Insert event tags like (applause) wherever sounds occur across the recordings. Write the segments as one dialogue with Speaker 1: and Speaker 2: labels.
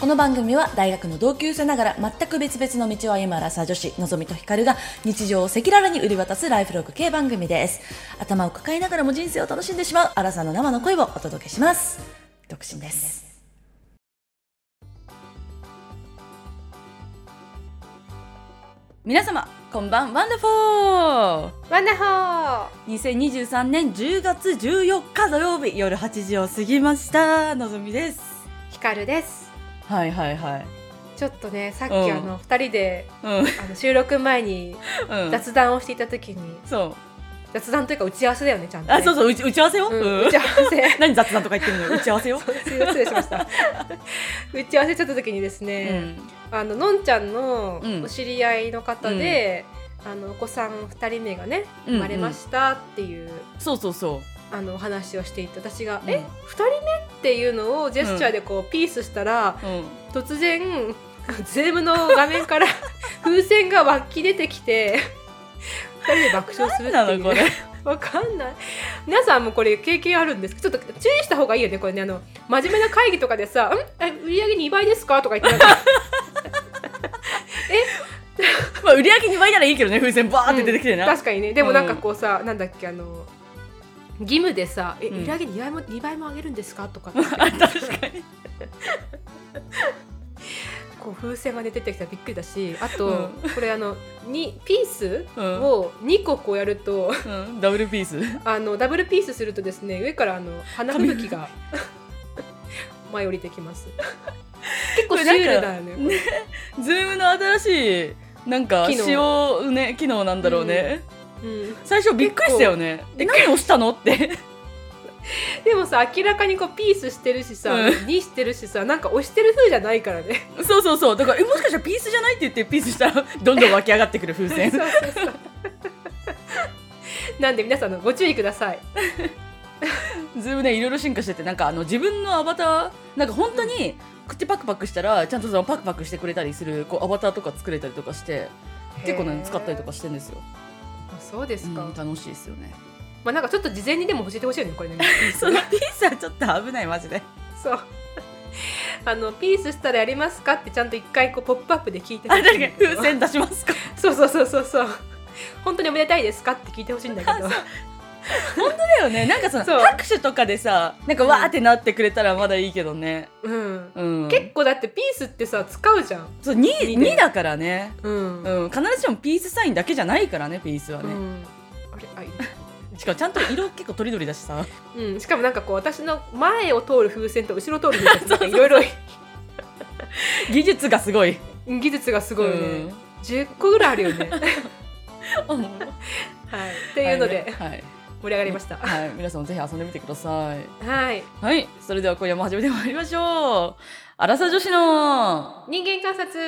Speaker 1: この番組は大学の同級生ながら全く別々の道を歩むアラサー女子のぞみとひかるが日常を赤裸々に売り渡すライフログ系番組です頭を抱えながらも人生を楽しんでしまうアラサーの生の声をお届けします独身です皆様こんばんワンダフォー
Speaker 2: ワンダホー
Speaker 1: 2023年10月14日土曜日夜8時を過ぎましたのぞみです
Speaker 2: ヒカルです
Speaker 1: はいはいはい
Speaker 2: ちょっとねさっき
Speaker 1: うん
Speaker 2: あの二人で
Speaker 1: うん
Speaker 2: あの収録前に
Speaker 1: (laughs) うん
Speaker 2: 雑談をしていた時に
Speaker 1: そう
Speaker 2: 雑談というか打ち合わせだよねちゃんと、ね、
Speaker 1: あそうそううち打ち合わせよ、
Speaker 2: うん
Speaker 1: うん
Speaker 2: 打ち合わせ (laughs)
Speaker 1: 何雑談とか言ってるの打ち合わせよ、
Speaker 2: すいません失礼しました打ち合わせちゃった時にです
Speaker 1: う
Speaker 2: ね、
Speaker 1: ん、
Speaker 2: あののんちゃんの
Speaker 1: うん
Speaker 2: お知り合いの方で、あのお子さん二人目がね
Speaker 1: うん
Speaker 2: 生まれましたっていう、
Speaker 1: そうそうそ
Speaker 2: あのお話をしていて私が「
Speaker 1: うん
Speaker 2: え二人目?」っていうのをジェスチャーでこうピースしたら、
Speaker 1: う、うん、
Speaker 2: 突然ズームの画面から風船が湧き出てきて2人で爆笑するって
Speaker 1: ないのこ
Speaker 2: う
Speaker 1: れ
Speaker 2: わかんない皆さんもこれ経験あるんですけどちょっと注意した方がいいよねこれねあの真面目な会議とかでさ「んえ売り上げ2倍ですか?」とか言ってなんか
Speaker 1: (laughs) まあ売り上げ2倍ならいいけどね風船バーって出てきて
Speaker 2: う
Speaker 1: な、
Speaker 2: ん確かにねでもなんかこうさ、なんだっけあの義務でさ「え
Speaker 1: うん
Speaker 2: 売り上げ2倍も2倍も上げるんですか?」とかって
Speaker 1: (laughs) 確かに
Speaker 2: (laughs) こう風船が出てきたらびっくりだしあと、
Speaker 1: うん
Speaker 2: これあのにピース
Speaker 1: うん
Speaker 2: を2個こうやると、
Speaker 1: うん、ダブルピー
Speaker 2: (laughs)
Speaker 1: ス
Speaker 2: あのダブルピースするとですね上からあの花吹雪が (laughs) 舞い降りてき
Speaker 1: (laughs)
Speaker 2: ます。結構シュールだよね。
Speaker 1: こズームの新しいなんか
Speaker 2: 機能
Speaker 1: 仕様ね機能なんだろうね、
Speaker 2: うん、
Speaker 1: 最初びっくりしたよねえ何押したのって
Speaker 2: (laughs) でもさ明らかにこうピースしてるしさ、
Speaker 1: う
Speaker 2: にしてるしさなんか押してる風じゃないからね。
Speaker 1: そうそうそうだからえもしかしたらピースじゃないって言ってピースしたらどんどん湧き上がってくる風
Speaker 2: そう
Speaker 1: 船
Speaker 2: そうそう。なんで皆さんあのご注意ください。
Speaker 1: ズームねいろいろ進化しててなんかあの自分のアバターなんか本当に口パクパクしたらちゃんとそのパクパクしてくれたりするこうアバターとか作れたりとかして結構ね使ったりとか
Speaker 2: へ
Speaker 1: してんですよ、
Speaker 2: ー。あそうですか。
Speaker 1: うん
Speaker 2: ま
Speaker 1: 楽しいですよね
Speaker 2: あなんかちょっと事前にでも教えてほしいよねこれね。
Speaker 1: (laughs) そのピースはちょっと危ないマ
Speaker 2: (laughs)
Speaker 1: ジで
Speaker 2: そう。あのピースしたらやりますかってちゃんと一回こうポップアップで聞いて
Speaker 1: あ
Speaker 2: ほしい
Speaker 1: 確かに風船出しますか
Speaker 2: (laughs) そうそうそうそうそう。本当におめでたいですかって聞いてほしいんだけど。
Speaker 1: だよねなんかその
Speaker 2: そう
Speaker 1: 拍手とかでさなんかわーってなってくれたらまだいいけどね
Speaker 2: うん。
Speaker 1: うん
Speaker 2: 結構だってピースってさ使うじゃん。
Speaker 1: そう 2,
Speaker 2: いいね
Speaker 1: 2だからね
Speaker 2: うん。うん。
Speaker 1: うん、必ずしもピースサインだけじゃないからねピースはね、
Speaker 2: あれあい
Speaker 1: しかもちゃんと色結構とりどりだしさ
Speaker 2: うん、しかもなんかこう私の前を通る風船と後ろを通る
Speaker 1: (laughs)
Speaker 2: 風船とかいろいろ
Speaker 1: 技術がすごい
Speaker 2: 技術がすごいよね
Speaker 1: ん、
Speaker 2: 10個ぐらいあるよね、はい、っ
Speaker 1: って
Speaker 2: いうので
Speaker 1: はい、
Speaker 2: 盛り上がりましたは
Speaker 1: はい、皆さんもぜひ遊んでみてください。
Speaker 2: い、
Speaker 1: はい、それでは今夜も始めてまいりましょう。アラサ女子の。
Speaker 2: 人間観察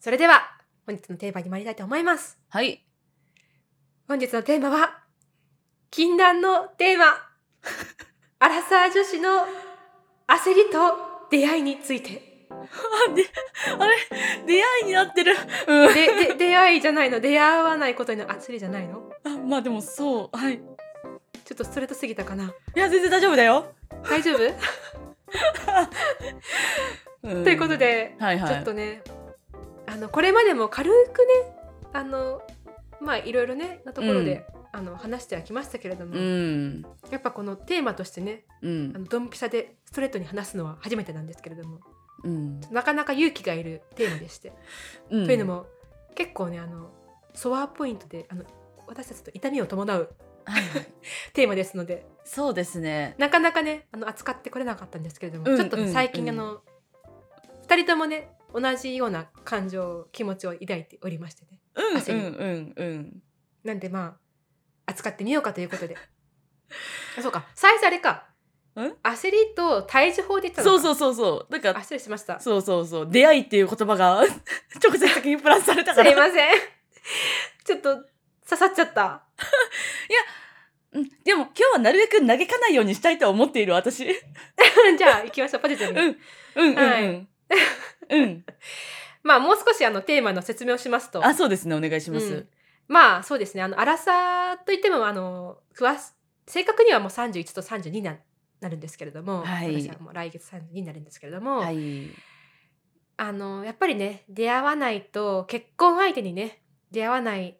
Speaker 2: それでは本日のテーマに参りたいと思います
Speaker 1: はい、
Speaker 2: 本日のテーマは禁断のテ
Speaker 1: (laughs)
Speaker 2: ーマアラサー女子の焦りと出会いについて
Speaker 1: 出会いになってる。うん
Speaker 2: で、で、出会いじゃないの、出会わないことへの焦りじゃないの。
Speaker 1: あ、まあでもそう、はい。い
Speaker 2: ちょっとストレートすぎたかな。
Speaker 1: や、全然大丈夫だよ。
Speaker 2: 大丈夫、
Speaker 1: うん
Speaker 2: ということ、で、
Speaker 1: はいはい。
Speaker 2: ちょっとね、あの、これまでも軽くね、あの、まあ、いろいろね、なところで、あの、話してはきましたけれども、
Speaker 1: うん、
Speaker 2: やっぱこのテーマとしてね、
Speaker 1: う
Speaker 2: あ
Speaker 1: ん、
Speaker 2: の、ドンピシャでストレートに話すのは初めてなんですけれども、
Speaker 1: うん、
Speaker 2: なかなか勇気がいるテーマでして。
Speaker 1: うん
Speaker 2: というの、も、結構ね、あの、ソアポイントで、あの、私たちと痛みを伴う
Speaker 1: はいはい、
Speaker 2: テーマですので、
Speaker 1: そうですね。
Speaker 2: なかなかねあの扱ってこれなかったんですけれども、
Speaker 1: うん
Speaker 2: ちょっとね
Speaker 1: うん
Speaker 2: 最近、
Speaker 1: うん
Speaker 2: あの2人ともね同じような感情気持ちを抱いておりましてね
Speaker 1: うん、
Speaker 2: 焦り
Speaker 1: うん、うん、うん。
Speaker 2: なんでまあ扱ってみようかということ
Speaker 1: (laughs)
Speaker 2: であそうか最初あれか
Speaker 1: ん
Speaker 2: 焦りと対峙法で言ったの
Speaker 1: そう
Speaker 2: う
Speaker 1: そうそうそう、だから、
Speaker 2: 失礼しましたす
Speaker 1: そう (laughs) そうそう、出会いっていう言葉が (laughs) 直接的にプラスされたから
Speaker 2: い。ませんちょっと刺さっちゃった (laughs)
Speaker 1: うん、でも今日はなるべく嘆かないようにしたいと思っている私。うん、
Speaker 2: じゃあ行きましょうポジティブに、
Speaker 1: うん、うん、
Speaker 2: は
Speaker 1: うん。うん。
Speaker 2: まあ、もう少しあのテーマの説明をしますと。
Speaker 1: あ、そうですね。お願いしま
Speaker 2: う
Speaker 1: す
Speaker 2: ん。まあそうですねあの粗さといってもあの詳し正確にはもう31と32ななるんですけれども、
Speaker 1: はい
Speaker 2: 私はもう来月32になるんですけれども、
Speaker 1: はい。
Speaker 2: あのやっぱりね出会わないと結婚相手にね出会わない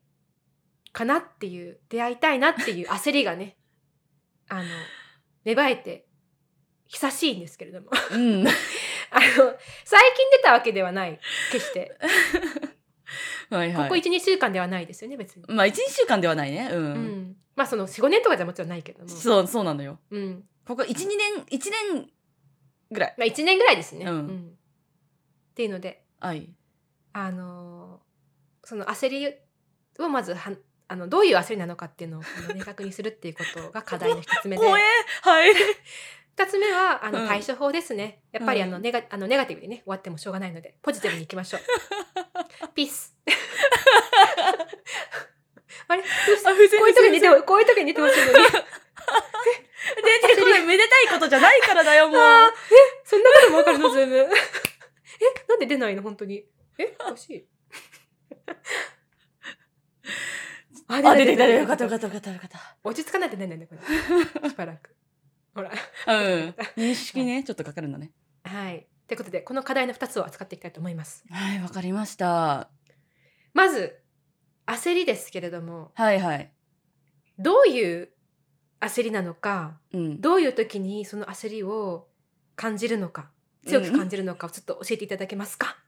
Speaker 2: かなっていう出会いたいなっていう焦りが
Speaker 1: (laughs)
Speaker 2: ねあの芽生えて久しいんですけれども (laughs) あ
Speaker 1: うん。
Speaker 2: の最近出たわけではない決して
Speaker 1: はい
Speaker 2: こ
Speaker 1: はい。
Speaker 2: こ12週間ではないですよね別に、
Speaker 1: まあ、一、二週間ではないね。う。
Speaker 2: うんん、まあその45年とかじゃもちろんないけども
Speaker 1: そう、そうなのよ。
Speaker 2: うん、
Speaker 1: ここ一、二年、一年ぐらい。
Speaker 2: まあ、1年ぐらいですね。
Speaker 1: うん
Speaker 2: っていうので、
Speaker 1: はい。
Speaker 2: あのーその焦りをまずはあのどういう焦りなのかっていうのをあの明確にするっていうことが課題の一つ目で
Speaker 1: (laughs) 怖え。はい。
Speaker 2: 二つ目はあの
Speaker 1: うん
Speaker 2: 対処法ですね、やっぱりあの
Speaker 1: うん
Speaker 2: ネガあのネガティブにね終わってもしょうがないのでポジティブにいき
Speaker 1: (laughs)
Speaker 2: ましょうピースあれどうした
Speaker 1: あ藤井
Speaker 2: こういう時に出てこういう時に出てほしい
Speaker 1: (laughs)
Speaker 2: のに (laughs)
Speaker 1: 出てこない、めでたいことじゃないからだよ、もう。
Speaker 2: あーえそんなこともわかるのズームえなんで出ないの本当にえおかしいあ
Speaker 1: あ、出てきた、よかった、よかった、よかった、よかっ
Speaker 2: 落ち着かないと出ないんだこ (laughs) れしばらくほら
Speaker 1: た。うん。認識ね、ちょっとかかるんだね。
Speaker 2: はいということでこの課題の2つを扱っていきたいと思います
Speaker 1: はい、わかりました。
Speaker 2: まず焦りですけれども
Speaker 1: はいはい。
Speaker 2: どういう焦りなのか
Speaker 1: うん。
Speaker 2: どういう時にその焦りを感じるのか強く感じるのかをちょっと教えていただけますか、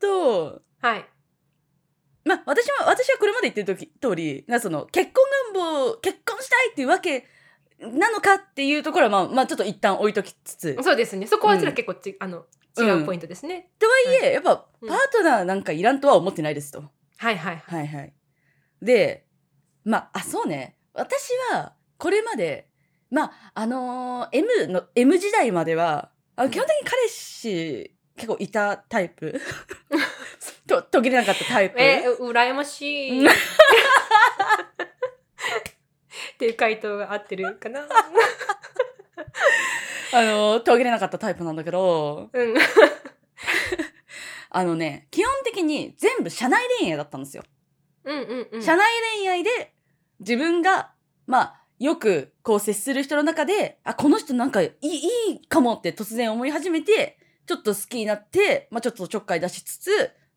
Speaker 1: と、
Speaker 2: はい
Speaker 1: まあ、私は、私はこれまで言ってる時通り、なその、結婚願望、結婚したいっていうわけなのかっていうところは、まあ、まあ、ちょっと一旦置いときつつ、と
Speaker 2: そうですねそこはちょっ
Speaker 1: うん
Speaker 2: と結構ち、あの
Speaker 1: うん
Speaker 2: 違うポイントですね、
Speaker 1: はいえ、やっぱ、パ
Speaker 2: う
Speaker 1: ー
Speaker 2: ん
Speaker 1: トナーなんかいらんとは思ってないですと。
Speaker 2: はいはいはい
Speaker 1: はいはい。で、まあ、あ、そうね。私は、これまで、まあ、あのー M の、M 時代までは、あの基本的に彼氏、結構いたタイプ。 (laughs) と、途切れなかったタイプ。
Speaker 2: えう羨ましい
Speaker 1: うん
Speaker 2: っていう回答が合ってるか
Speaker 1: (laughs)
Speaker 2: な
Speaker 1: (laughs) あのー途切れなかったタイプなんだけど、
Speaker 2: うん
Speaker 1: あのね、基本的に全部社内恋愛だったんですよ。
Speaker 2: うんうんうん。
Speaker 1: 社内恋愛で、自分が、まあ、よくこう接する人の中で、あ、この人なんかいいいいかもって突然思い始めて、ちょっと好きになって、まあちょっとちょっかい出しつつ、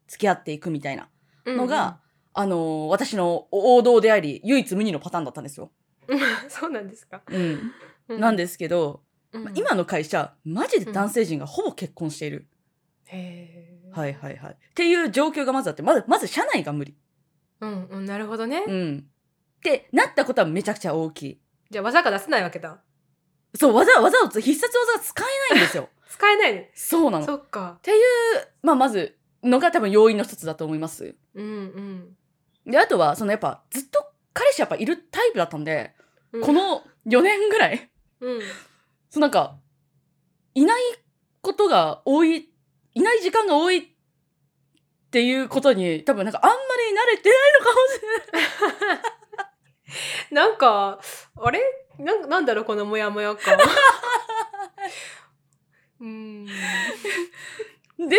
Speaker 1: 付き合っていくみたいなのが、あのー私の王道であり、唯一無二のパターンだったんですよ。
Speaker 2: うんうん、 (laughs) そうなんですか。
Speaker 1: うん。なん
Speaker 2: で、
Speaker 1: ですけど、まあ今の会社、マジで男性陣がほぼ結婚している。
Speaker 2: へー
Speaker 1: はいはいはい。っていう状況がまずあって、まず、まず社内が無理。
Speaker 2: うんうん、なるほどね。
Speaker 1: うん。ってなったことはめちゃくちゃ大きい。
Speaker 2: じゃあ技が出せないわけだ。
Speaker 1: そう、技、技をつ、必殺技が使えないんですよ。
Speaker 2: 使えないの。
Speaker 1: (laughs) そうなの。
Speaker 2: そっか。
Speaker 1: まあ、まず、のが多分要因の一つだと思います。
Speaker 2: うんうん
Speaker 1: で、あとは、そのやっぱ、ずっと彼氏やっぱいるタイプだったんで、
Speaker 2: うん。
Speaker 1: この4年ぐらい、
Speaker 2: うん、
Speaker 1: そうなんか、いないことが多い、いない時間が多いっていうことに、多分なんかあんまり慣れてないのかもしれない。
Speaker 2: なんかあれなんなんだろうこのモヤモ
Speaker 1: (laughs)
Speaker 2: ヤ感。うん
Speaker 1: で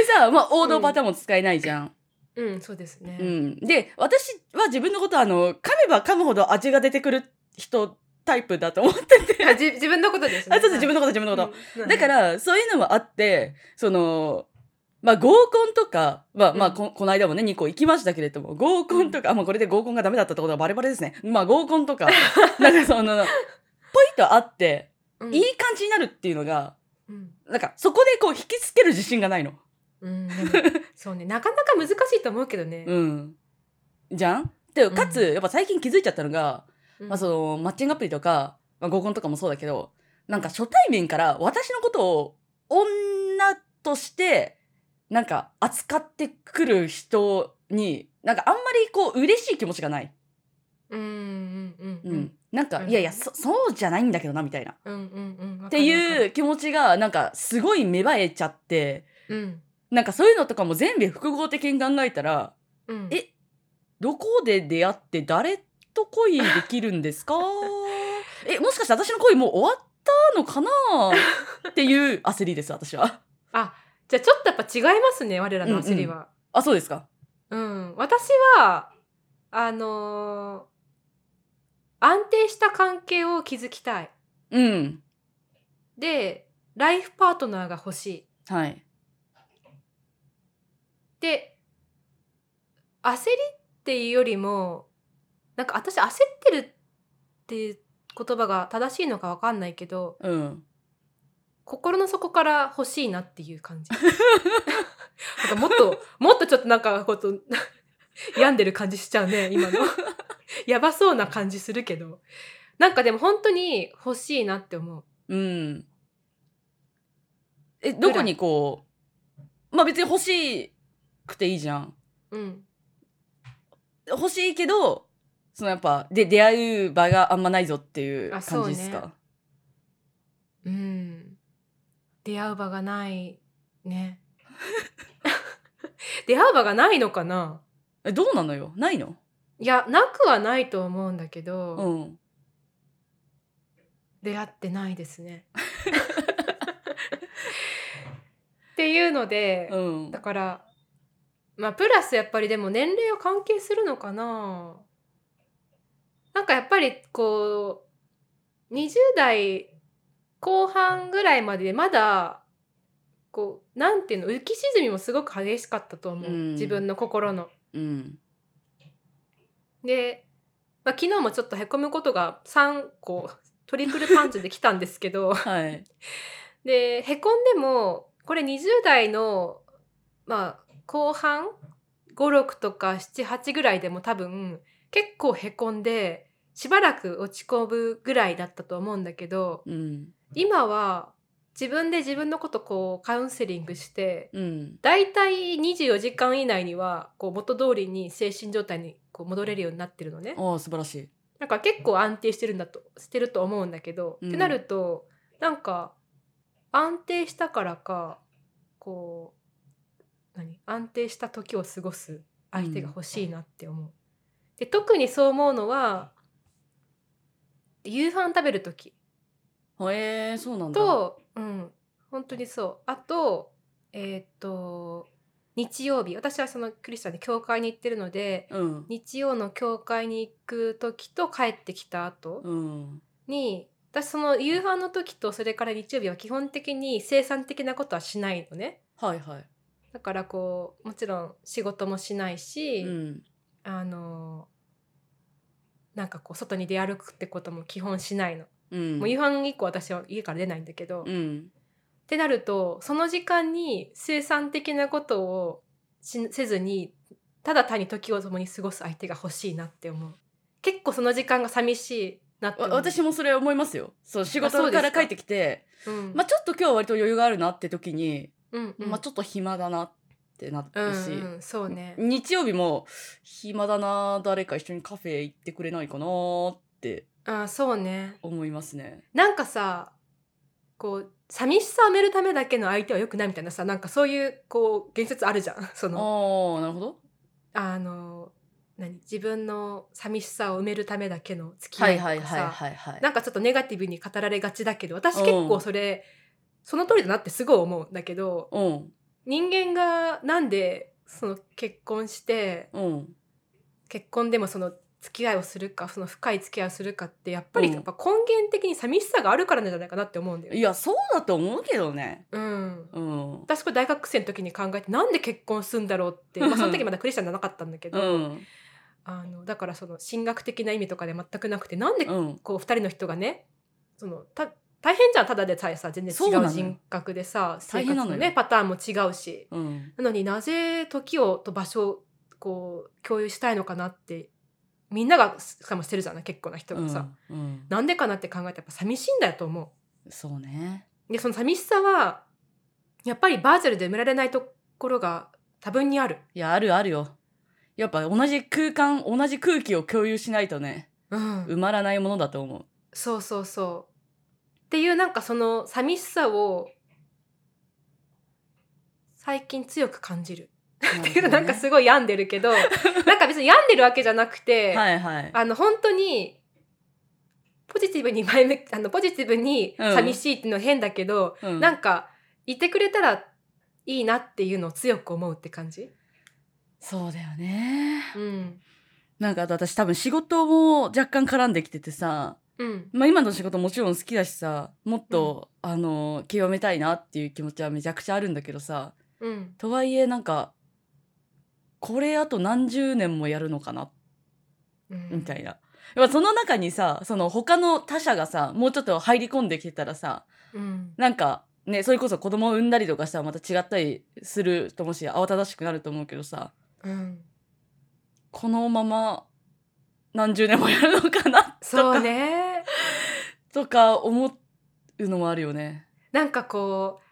Speaker 1: さ、まあ、王道パターンも使えないじゃん。
Speaker 2: うんそうですね。
Speaker 1: うん、で私は自分のことはあの噛めば噛むほど味が出てくる人タイプだと思
Speaker 2: (laughs)
Speaker 1: ってて
Speaker 2: あじ自分のことですね。
Speaker 1: あそうそう自分
Speaker 2: の
Speaker 1: のこと自分のこと、
Speaker 2: と
Speaker 1: だか。らそういうのもあってそのまあ合コンとかは、まあ、
Speaker 2: うん
Speaker 1: ここの間もね2個行きましたけれども合コンとか、あまあ、これで合コンがダメだったってことはバレバレですねまあ合コンと
Speaker 2: (laughs)
Speaker 1: かなんかそのポイッとあって
Speaker 2: うん
Speaker 1: いい感じになるっていうのが
Speaker 2: うん
Speaker 1: なんかそこでこう引きつける自信がないの。
Speaker 2: うん、でも (laughs) そうねなかなか難しいと思うけどね。
Speaker 1: うん、じゃんってかつ
Speaker 2: う
Speaker 1: やっぱ最近気づいちゃったのが
Speaker 2: うん
Speaker 1: まあ、そのマッチングアプリとか、まあ、合コンとかもそうだけどなんか初対面から私のことを女としてなんか扱ってくる人になんかあんまりこう嬉しい気持ちがない、
Speaker 2: うんうん
Speaker 1: う
Speaker 2: うんんうん
Speaker 1: なんか、
Speaker 2: うん
Speaker 1: いやいやそそうじゃないんだけどなみたいなっ
Speaker 2: うんうんうん。って。
Speaker 1: いうう気持ちがなんかすごい芽生えちゃって
Speaker 2: うん。
Speaker 1: なんかそういうのとかも全部複合的に考えたら
Speaker 2: うん、
Speaker 1: えどこで出会って誰と恋で (laughs) きるんですかえもしかして私の恋もう終わったのかなっていう焦りです、私は。
Speaker 2: じゃあちょっとやっぱ違いますね、我らの焦りは。
Speaker 1: あ、そうですか。
Speaker 2: うん、私は、あのー安定した関係を築きたい。
Speaker 1: うん。
Speaker 2: で、ライフパートナーが欲しい。
Speaker 1: はい。
Speaker 2: で、焦りっていうよりも、なんか私焦ってるっていう言葉が正しいのかわかんないけど、
Speaker 1: うん。
Speaker 2: 心の底から欲しいなっていう感じ。なんかもっと、もっとちょっとなんか、こと、病んでる感じしちゃうね、今の。やばそうな感じするけど。なんかでも本当に欲しいなって思う。
Speaker 1: うん。え、どこにこう、まあ別に欲しくていいじゃん。
Speaker 2: うん。
Speaker 1: 欲しいけど、そのやっぱ、で、出会う場があんまないぞっていう
Speaker 2: あそう
Speaker 1: 感
Speaker 2: ね
Speaker 1: じですか。
Speaker 2: うん。出会う場がない、ね。 (laughs) 出会う場がないのかな
Speaker 1: え、どうなのよないの
Speaker 2: いや、なくはないと思うんだけど、
Speaker 1: うん。
Speaker 2: 出会ってないですね。 (laughs) っていうので、
Speaker 1: うん
Speaker 2: だ。からまあプラスやっぱりでも年齢は関係するのかななんかやっぱりこう20代後半ぐらいまでまだこうなんていうの浮き沈みもすごく激しかったと思う、
Speaker 1: うん
Speaker 2: 自分の心の。
Speaker 1: うん。
Speaker 2: で、まあ、昨日もちょっとへこむことが3個トリプルパンチできたんですけど
Speaker 1: はい。
Speaker 2: でへこんでもこれ20代のまあ後半56とか78ぐらいでも多分結構へこんでしばらく落ち込むぐらいだったと思うんだけど
Speaker 1: うん。
Speaker 2: 今は自分で自分のことこうカウンセリングして
Speaker 1: うん。
Speaker 2: だいたい24時間以内にはこう元通りに精神状態にこう戻れるようになってるのね。
Speaker 1: ああ、素晴らしい。
Speaker 2: なんか結構安定してるんだとしてると思うんだけど、
Speaker 1: うん
Speaker 2: ってなるとなんか安定したからかこう何安定した時を過ごす相手が欲しいなって思う。で特にそう思うのは夕飯食べる時
Speaker 1: へえー、そうなんだ。
Speaker 2: と、うん、本当にそうあとえーっと日曜日私はそのクリスチャンで教会に行ってるので
Speaker 1: うん。
Speaker 2: 日曜の教会に行く時と帰ってきた後、
Speaker 1: うん。
Speaker 2: に私その夕飯の時とそれから日曜日は基本的に生産的なことはしないのね
Speaker 1: はいはい。
Speaker 2: だからこうもちろん仕事もしないし、
Speaker 1: うん。
Speaker 2: あのなんかこう外に出歩くってことも基本しないの、
Speaker 1: うん。
Speaker 2: もう夕飯以降私は家から出ないんだけど、
Speaker 1: う
Speaker 2: っ
Speaker 1: ん。
Speaker 2: てなるとその時間に生産的なことをしせずにただ単に時を共に過ごす相手が欲しいなって思う結構その時間が寂しいなって
Speaker 1: わ
Speaker 2: 思う
Speaker 1: 私もそれ思いますよ。そう、仕
Speaker 2: あそ
Speaker 1: 事
Speaker 2: う
Speaker 1: か
Speaker 2: です
Speaker 1: ら
Speaker 2: か
Speaker 1: 帰ってきて、
Speaker 2: うん
Speaker 1: まあちょっと今日は割と余裕があるなって時に、
Speaker 2: うんうん
Speaker 1: まあちょっと暇だなってなってるし、
Speaker 2: うんうん、そうね
Speaker 1: 日曜日も暇だな誰か一緒にカフェ行ってくれないかなって
Speaker 2: あそうね
Speaker 1: 思いますね。
Speaker 2: なんかさこう寂しさを埋めるためだけの相手は良くないみたいなさなんかそういうこう言説あるじゃん (laughs) そ
Speaker 1: ああ
Speaker 2: の
Speaker 1: ー、なるほど。
Speaker 2: あの何自分の寂しさを埋めるためだけの付き
Speaker 1: は
Speaker 2: 合
Speaker 1: い
Speaker 2: いとかさ、
Speaker 1: はいはいはいはい。
Speaker 2: なんかちょっとネガティブに語られがちだけど私
Speaker 1: うん
Speaker 2: 結構それ、その通りだなってすごい思うんだけど
Speaker 1: うん、
Speaker 2: 人間がなんでその結婚して
Speaker 1: うん。
Speaker 2: 結婚でもその付き合いをするかその深い付き合いをするかってやっぱり
Speaker 1: うん
Speaker 2: やっぱ根源的に寂しさがあるからなんじゃないかなって思うんだよ
Speaker 1: い
Speaker 2: ね。
Speaker 1: や、そうだと思うけどね。
Speaker 2: うん
Speaker 1: うん。
Speaker 2: 私これ大学生の時に考えてなんで結婚するんだろ
Speaker 1: (laughs)
Speaker 2: うって、まあ、その時まだクリスチャンじゃなかったんだけ
Speaker 1: う
Speaker 2: ど、
Speaker 1: ん。
Speaker 2: あのだからその神学的な意味とかで全くなくてなんで
Speaker 1: うん。
Speaker 2: こう2人の人がねそのた大変じゃんただでさえさ全
Speaker 1: そう
Speaker 2: 然違
Speaker 1: なのよ
Speaker 2: う人格でさ
Speaker 1: 大
Speaker 2: 生
Speaker 1: 変
Speaker 2: 活
Speaker 1: なのよ
Speaker 2: のねパターンも違うし
Speaker 1: うん。
Speaker 2: なのになぜ時をと場所をこう共有したいのかなってみんながしかもしてるじゃない結構な人
Speaker 1: う
Speaker 2: がさ、
Speaker 1: ん。うん
Speaker 2: なんでかなって考えたらやっぱ寂しいんだよと思う。
Speaker 1: そうね。
Speaker 2: でその寂しさはやっぱりバーチャルで埋められないところが多分にある。
Speaker 1: いや、あるあるよ。やっぱ同じ空間、同じ空気を共有しないとね、
Speaker 2: うん
Speaker 1: 埋まらないものだと思う。
Speaker 2: そうそうそう。っていうなんかその寂しさを最近強く感じる。っていうのなんかすごい病んでるけど (laughs) なんか別に病んでるわけじゃなくて、
Speaker 1: はいはい。
Speaker 2: あの本当にポジティブに前向きあ (laughs) のポジティブに
Speaker 1: うん
Speaker 2: 寂しいっていうのは変だけど、
Speaker 1: うん
Speaker 2: なんかいてくれたらいいなっていうのを強く思うって感じ
Speaker 1: そうだよね。
Speaker 2: うん
Speaker 1: なんかあと私多分仕事も若干絡んできててさ、
Speaker 2: うん
Speaker 1: まあ、今の仕事もちろん好きだしさもっと、あの極めたいなっていう気持ちはめちゃくちゃあるんだけどさ
Speaker 2: うん
Speaker 1: とはいえなんかこれあと何十年もやるのかな
Speaker 2: うん
Speaker 1: みたいな。やっぱその中にさその他の他者がさもうちょっと入り込んできてたらさ
Speaker 2: うん
Speaker 1: なんかねそれこそ子供を産んだりとかしたらまた違ったりすると思うし慌ただしくなると思うけどさ
Speaker 2: うん
Speaker 1: このまま何十年もやるのかな
Speaker 2: そうね
Speaker 1: とか思うのもあるよね。
Speaker 2: なんかこう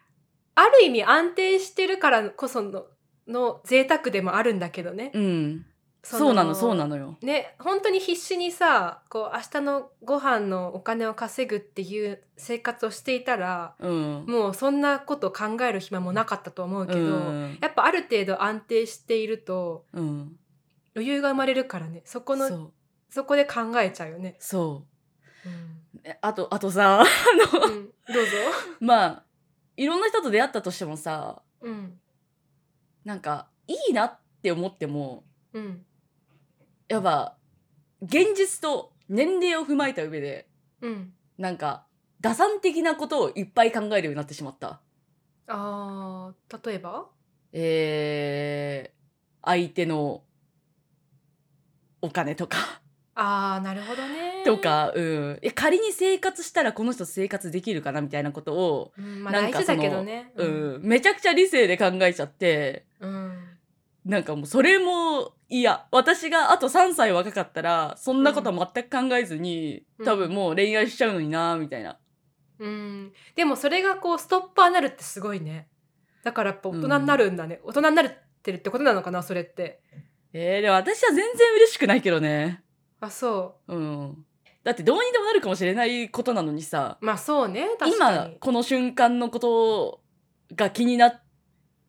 Speaker 2: ある意味安定してるからこそのの贅沢でもあるんだけどね、
Speaker 1: うん、そうなのそうな
Speaker 2: の
Speaker 1: のよ。
Speaker 2: ね本当に必死にさこう明日のご飯のお金を稼ぐっていう生活をしていたら
Speaker 1: うん。
Speaker 2: もうそんなこと考える暇もなかったと思うけど、
Speaker 1: うん
Speaker 2: やっぱある程度安定していると
Speaker 1: うん、
Speaker 2: 余裕が生まれるからねそこのそ
Speaker 1: そう
Speaker 2: こで考えちゃうよね。
Speaker 1: そ
Speaker 2: うん
Speaker 1: うえあとあと
Speaker 2: (laughs)
Speaker 1: さ (laughs)
Speaker 2: うんどうぞ。
Speaker 1: まあいろんな人と出会ったとしてもさ
Speaker 2: うん
Speaker 1: なんかいいなって思っても
Speaker 2: うん
Speaker 1: やっぱ現実と年齢を踏まえた上で
Speaker 2: うん、
Speaker 1: なんか打算的なことをいっぱい考えるようになってしまった。
Speaker 2: あー例えば
Speaker 1: えー、相手のお金とか
Speaker 2: あーなるほどね。
Speaker 1: と、か、うん、え仮に生活したらこの人生活できるかなみたいなことを、
Speaker 2: うん、まあ
Speaker 1: なん
Speaker 2: 大
Speaker 1: か
Speaker 2: 事
Speaker 1: その
Speaker 2: だけどね。
Speaker 1: うん、めちゃくちゃ理性で考えちゃって
Speaker 2: うん
Speaker 1: なんかもうそれも嫌私があと3歳若かったらそんなことは全く考えずに、
Speaker 2: うん
Speaker 1: 多分もう恋愛しちゃうのになみたいな、
Speaker 2: うん、でもそれがこうストッパーになるってすごいねだからやっぱ大人になるんだね、大人になるってるってことなのかなそれって
Speaker 1: えー、でも私は全然嬉しくないけどね
Speaker 2: あそ
Speaker 1: うんだってどうにでもなるかもしれないことなのにさ
Speaker 2: うまあそうね確か
Speaker 1: 今
Speaker 2: に
Speaker 1: この瞬間のことが気になっ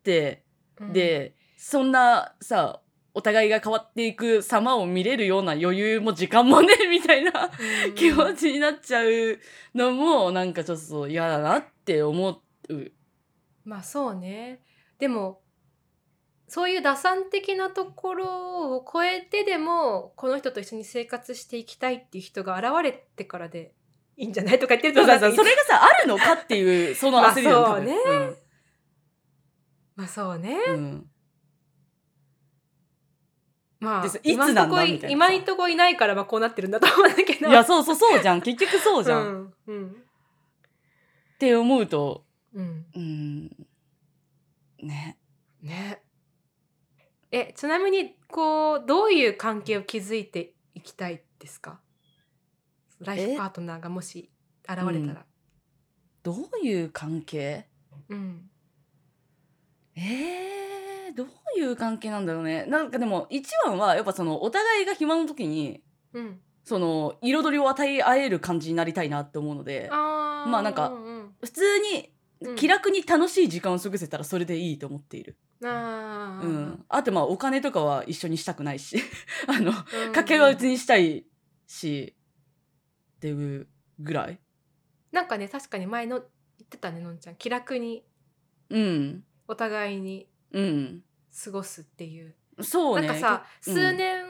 Speaker 1: て、
Speaker 2: うん
Speaker 1: でそんなさお互いが変わっていく様を見れるような余裕も時間もねみたいな
Speaker 2: うん
Speaker 1: 気持ちになっちゃうのもなんかちょっと嫌だなって思う。
Speaker 2: まあそうねでもそういう打算的なところを超えてでもこの人と一緒に生活していきたいっていう人が現れてからでいいんじゃないとか言ってる
Speaker 1: そ
Speaker 2: と
Speaker 1: うそう
Speaker 2: なんか
Speaker 1: そうそれがさあるのかっていうその焦りだよ
Speaker 2: まあそうね
Speaker 1: 多分
Speaker 2: まあそうね、
Speaker 1: うんうん
Speaker 2: まあ
Speaker 1: ですいつなんだ
Speaker 2: 今んとこ
Speaker 1: みたいなさ
Speaker 2: 今んとこいないからまあこうなってるんだと思うんだけど
Speaker 1: いやそうそうそうじゃん結局そうじゃん、っ
Speaker 2: んうん
Speaker 1: て思うと
Speaker 2: うん
Speaker 1: うんね
Speaker 2: ねえちなみにこうどういう関係を築いていきたいですかライフパートナーがもし現れたら
Speaker 1: どういう関係
Speaker 2: うん
Speaker 1: えー、どういう関係なんだろうねなんかでも一番はやっぱそのお互いが暇の時に
Speaker 2: うん
Speaker 1: その彩りを与え合える感じになりたいなって思うので
Speaker 2: あー
Speaker 1: まあなんか
Speaker 2: うんうん
Speaker 1: 普通に
Speaker 2: うん
Speaker 1: 気楽に楽しい時間を過ごせたらそれでいいと思っている、
Speaker 2: あ
Speaker 1: う
Speaker 2: ー
Speaker 1: んあとまあお金とかは一緒にしたくないし (laughs) あの
Speaker 2: うん
Speaker 1: 掛け合いはうちにしたいしっていうぐらい
Speaker 2: なんかね確かに前の言ってたねのんちゃん気楽に
Speaker 1: うん
Speaker 2: お互いに
Speaker 1: うん
Speaker 2: 過ごすっていう
Speaker 1: そう
Speaker 2: なん
Speaker 1: ね
Speaker 2: かさ、
Speaker 1: うん
Speaker 2: 数年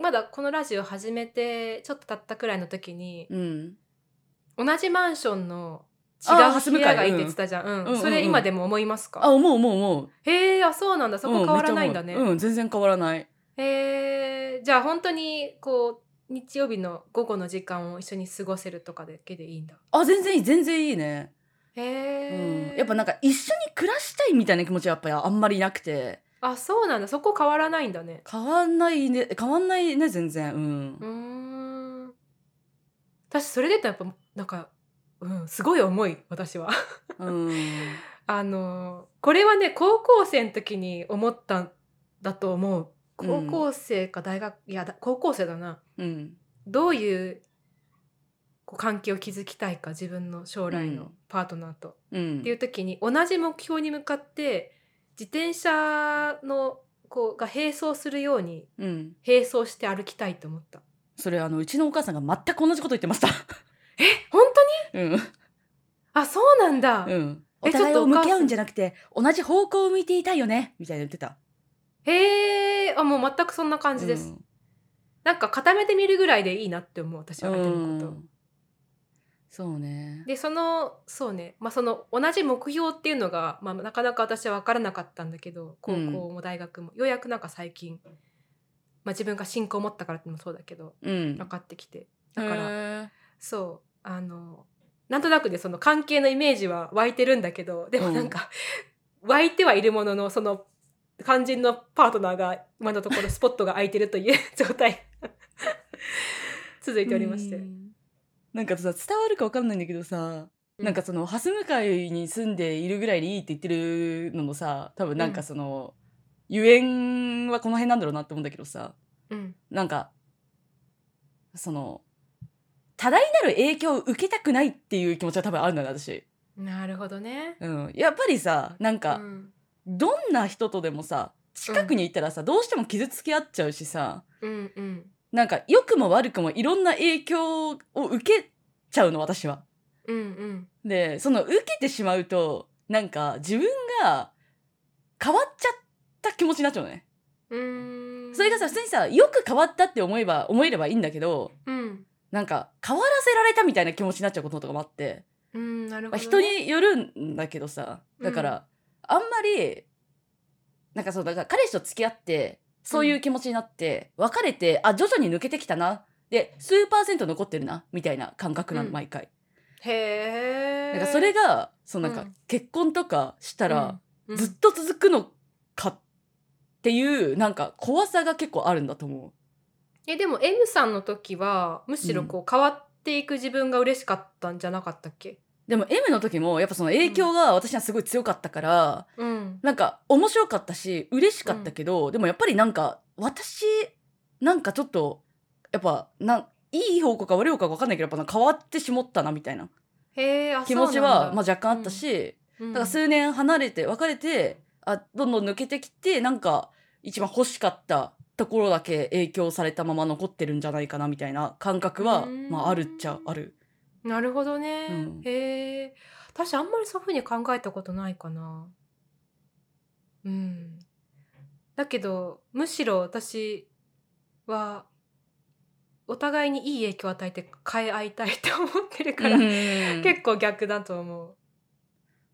Speaker 2: まだこのラジオ始めてちょっと経ったくらいの時に、
Speaker 1: うん
Speaker 2: 同じマンションの違
Speaker 1: あー
Speaker 2: う部屋がいいって言ってたじゃん、うん
Speaker 1: うんうん
Speaker 2: それ今でも思いますか、
Speaker 1: あ思う思う思う
Speaker 2: へえあそうなんだそこ変わらないんだね、
Speaker 1: うんめっちゃ思ううん全然変わらない
Speaker 2: へえじゃあ本当にこう日曜日の午後の時間を一緒に過ごせるとかだけでいいんだ
Speaker 1: あ全然いい全然いいね、
Speaker 2: へ
Speaker 1: うん
Speaker 2: え、、
Speaker 1: やっぱなんか一緒に暮らしたいみたいな気持ちはやっぱりあんまりなくて
Speaker 2: あそうなんだそこ変わらないんだね
Speaker 1: 変わんないね変わんないね全然うん、
Speaker 2: うーん私それで言ったらやっぱなんかうんすごい重い私は (laughs)
Speaker 1: うん、
Speaker 2: あのこれはね高校生の時に思ったんだと思う高校生か大学、いやだ高校生だな
Speaker 1: うん、
Speaker 2: どういうこう関係を築きたいか自分の将来
Speaker 1: う
Speaker 2: の
Speaker 1: ん
Speaker 2: パートナーと、
Speaker 1: うん
Speaker 2: っていう時に同じ目標に向かって自転車のこうが並走するように
Speaker 1: うん
Speaker 2: 並走して歩きたいと思った
Speaker 1: それあのうちのお母さんが全く同じこと言ってました (laughs)
Speaker 2: 本当に
Speaker 1: うん
Speaker 2: あそうなんだ、
Speaker 1: うんお
Speaker 2: え
Speaker 1: 互い
Speaker 2: ちょっ
Speaker 1: を
Speaker 2: とお母
Speaker 1: 向
Speaker 2: さん
Speaker 1: き合うんじゃなくて同じ方向を向いていたいよねみたいな言ってた
Speaker 2: へえあもう全くそんな感じです、
Speaker 1: うん
Speaker 2: なんか固めてみるぐらいでいいなって思う私は相手のこと、
Speaker 1: うんそうね
Speaker 2: でそのそうねまあその同じ目標っていうのが、まあ、なかなか私は分からなかったんだけど高校も大学も、ようやくなんか最近、まあ、自分が信仰を持ったからってのもそうだけど
Speaker 1: うん
Speaker 2: 分かってきてだか
Speaker 1: へ
Speaker 2: ら
Speaker 1: ー
Speaker 2: そうあのなんとなくでその関係のイメージは湧いてるんだけどでもなんか、 (laughs) 湧いてはいるもののその肝心のパートナーが今のところスポットが空いてるという (laughs) 状態続いておりまして
Speaker 1: う。んなんかさ伝わるかわかんないんだけどさ、なんかその蓮向井に住んでいるぐらいでいいって言ってるのもさ多分なんかその、ゆえんはこの辺なんだろうなって思うんだけどさ
Speaker 2: うん
Speaker 1: なんかその多大なる影響を受けたくないっていう気持ちは多分あるんだよね私、
Speaker 2: なるほどね。
Speaker 1: うん、やっぱりさなん
Speaker 2: う
Speaker 1: か、
Speaker 2: ん
Speaker 1: どんな人とでもさ近くにいたらさ、どうしても傷つけ合っちゃうしさ、
Speaker 2: うんうん
Speaker 1: なんか良くも悪くもいろんな影響を受けちゃうの私は。
Speaker 2: うんうん
Speaker 1: でその受けてしまうとなんか自分が変わっちゃった気持ちになっちゃうのね。
Speaker 2: うーん
Speaker 1: それがさ普通にさよく変わったって思えば思えればいいんだけど
Speaker 2: うん
Speaker 1: なんか変わらせられたみたいな気持ちになっちゃうこととかもあって、
Speaker 2: うんなる
Speaker 1: ま
Speaker 2: ほ
Speaker 1: あ、
Speaker 2: ど、ね、
Speaker 1: 人によるんだけどさだから、あんまりなんかそうだから彼氏と付き合ってそういう気持ちになって、別れてあ徐々に抜けてきたなで数パーセント残ってるなみたいな感覚なの、
Speaker 2: うん
Speaker 1: 毎回
Speaker 2: へえ
Speaker 1: なんかそれがそのなんか、
Speaker 2: うん
Speaker 1: 結婚とかしたら、、
Speaker 2: うんうん
Speaker 1: ずっと続くのかっていうなんか怖さが結構あるんだと思
Speaker 2: えでも M さんの時はむしろこう変わっていく自分が嬉しかったんじゃなかったっけ
Speaker 1: うでも M の時もやっぱその影響が私にはすごい強かったから、
Speaker 2: うん
Speaker 1: なんか面白かったし嬉しかったけど、でもやっぱりなんか私なんかちょっとやっぱないい方向か悪い方向か分かんないけどやっぱ変わってしもったなみたいな
Speaker 2: へえあ
Speaker 1: 気持ちはまあ
Speaker 2: ず
Speaker 1: 若干あったし、
Speaker 2: うん
Speaker 1: だから数年離れて別れてあどんどん抜けてきてなんか一番欲しかったところだけ影響されたまま残ってるんじゃないかなみたいな感覚は、
Speaker 2: うん
Speaker 1: まああるっちゃある。
Speaker 2: なるほどね、
Speaker 1: うん
Speaker 2: へえ私あんまりそういうふうに考えたことないかなうんだけどむしろ私はお互いにいい影響を与えて変え合いたいって思ってるから、
Speaker 1: 結
Speaker 2: (laughs) 結構逆だと思う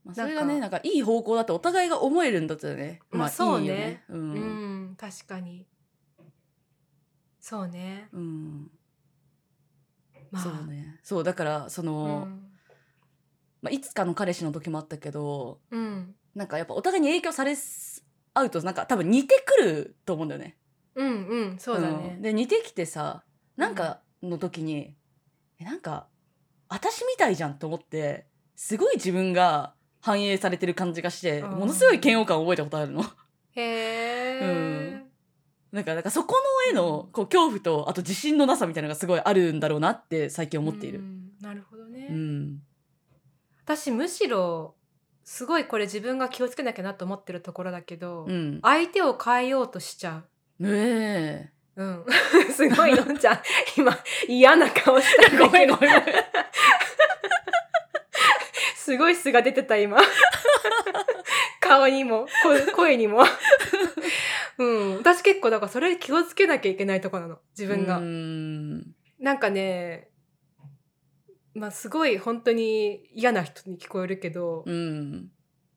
Speaker 1: まあ、それがねなんかいい方向だとお互いが思えるんだったよね。
Speaker 2: まあそうね
Speaker 1: いいよう
Speaker 2: うん、
Speaker 1: ん
Speaker 2: 確かにそうね
Speaker 1: うん
Speaker 2: まあ
Speaker 1: そうねそうだからその、まあ、いつかの彼氏の時もあったけど
Speaker 2: うん、うん
Speaker 1: なんかやっぱお互いに影響されす合うとなんか多分似てくると思うんだよね。
Speaker 2: うんうんそうだね
Speaker 1: ん、で似てきてさなんかの時に、えなんか私みたいじゃんと思ってすごい自分が反映されてる感じがして
Speaker 2: うん
Speaker 1: ものすごい嫌悪感を覚えたことあるの。 (laughs)
Speaker 2: へえ、
Speaker 1: なんかなんかそこの絵のこう恐怖とあと自信のなさみたいなのがすごいあるんだろうなって最近思っている
Speaker 2: う。んなるほどね、
Speaker 1: うん、
Speaker 2: 私むしろすごいこれ自分が気をつけなきゃなと思ってるところだけど、
Speaker 1: うん、
Speaker 2: 相手を変えようとしちゃ
Speaker 1: ねえ
Speaker 2: ううん (laughs) すごいのんちゃん今嫌な顔したんだけど
Speaker 1: (laughs) ごめんごめんごめん
Speaker 2: (laughs) すごい素が出てた今 (laughs) 顔にも声声にもうん私結構だからそれ気をつけなきゃいけないとこなの自分が、
Speaker 1: うん
Speaker 2: なんかねまあすごい本当に嫌な人に聞こえるけど、
Speaker 1: うん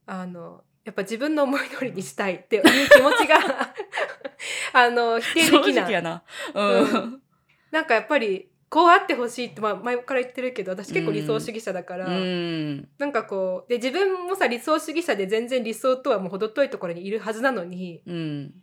Speaker 2: あのやっぱ自分の思い通りにしたいっていう気持
Speaker 1: (laughs)
Speaker 2: ちがあの否定
Speaker 1: 正直
Speaker 2: できない
Speaker 1: やな。うん。
Speaker 2: なんかやっぱりこうあってほしいって、まあ、前から言ってるけど私結構理想主義者だから、
Speaker 1: うん。
Speaker 2: なんかこうで自分もさ理想主義者で全然理想とはもう程遠いところにいるはずなのに
Speaker 1: うん。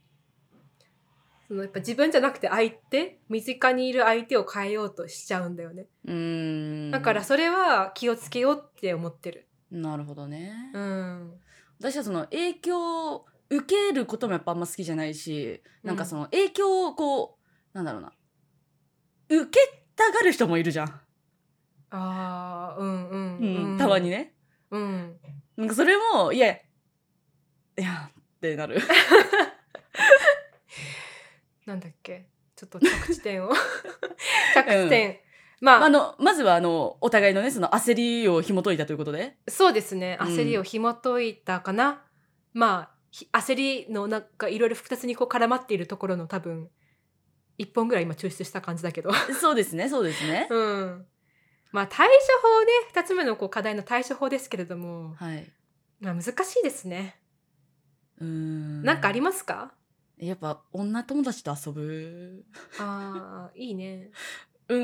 Speaker 2: そのやっぱ自分じゃなくて相手身近にいる相手を変えようとしちゃうんだよね、
Speaker 1: うん。
Speaker 2: だからそれは気をつけようって思ってる
Speaker 1: なるほどね。
Speaker 2: うん
Speaker 1: 私はその影響を受けることもやっぱあんま好きじゃないし、なんかその影響をこう、なんだろうな。受けたがる人もいるじゃん。
Speaker 2: ああうんうん
Speaker 1: うん。たまにね。
Speaker 2: うん
Speaker 1: なんかそれも、いや、いや、ってなる。
Speaker 2: なんだっけちちょっと着
Speaker 1: (laughs)
Speaker 2: 地点を着地点、まあ、
Speaker 1: まあ、あのまずはあのお互いのねその焦りを紐解いたということで
Speaker 2: そうですね
Speaker 1: うん
Speaker 2: 焦りを紐解いたかな、まあひ焦りのなんかいろいろ複雑にこう絡まっているところの多分一本ぐらい今抽出した感じだけど
Speaker 1: そうですねそうですね
Speaker 2: うん (laughs) まあ対処法ね2つ目のこう課題の対処法ですけれども、
Speaker 1: はい
Speaker 2: まあ、難しいですね
Speaker 1: うーん
Speaker 2: なんかありますか、
Speaker 1: やっぱ女友達と遊ぶ
Speaker 2: あーいいね
Speaker 1: うー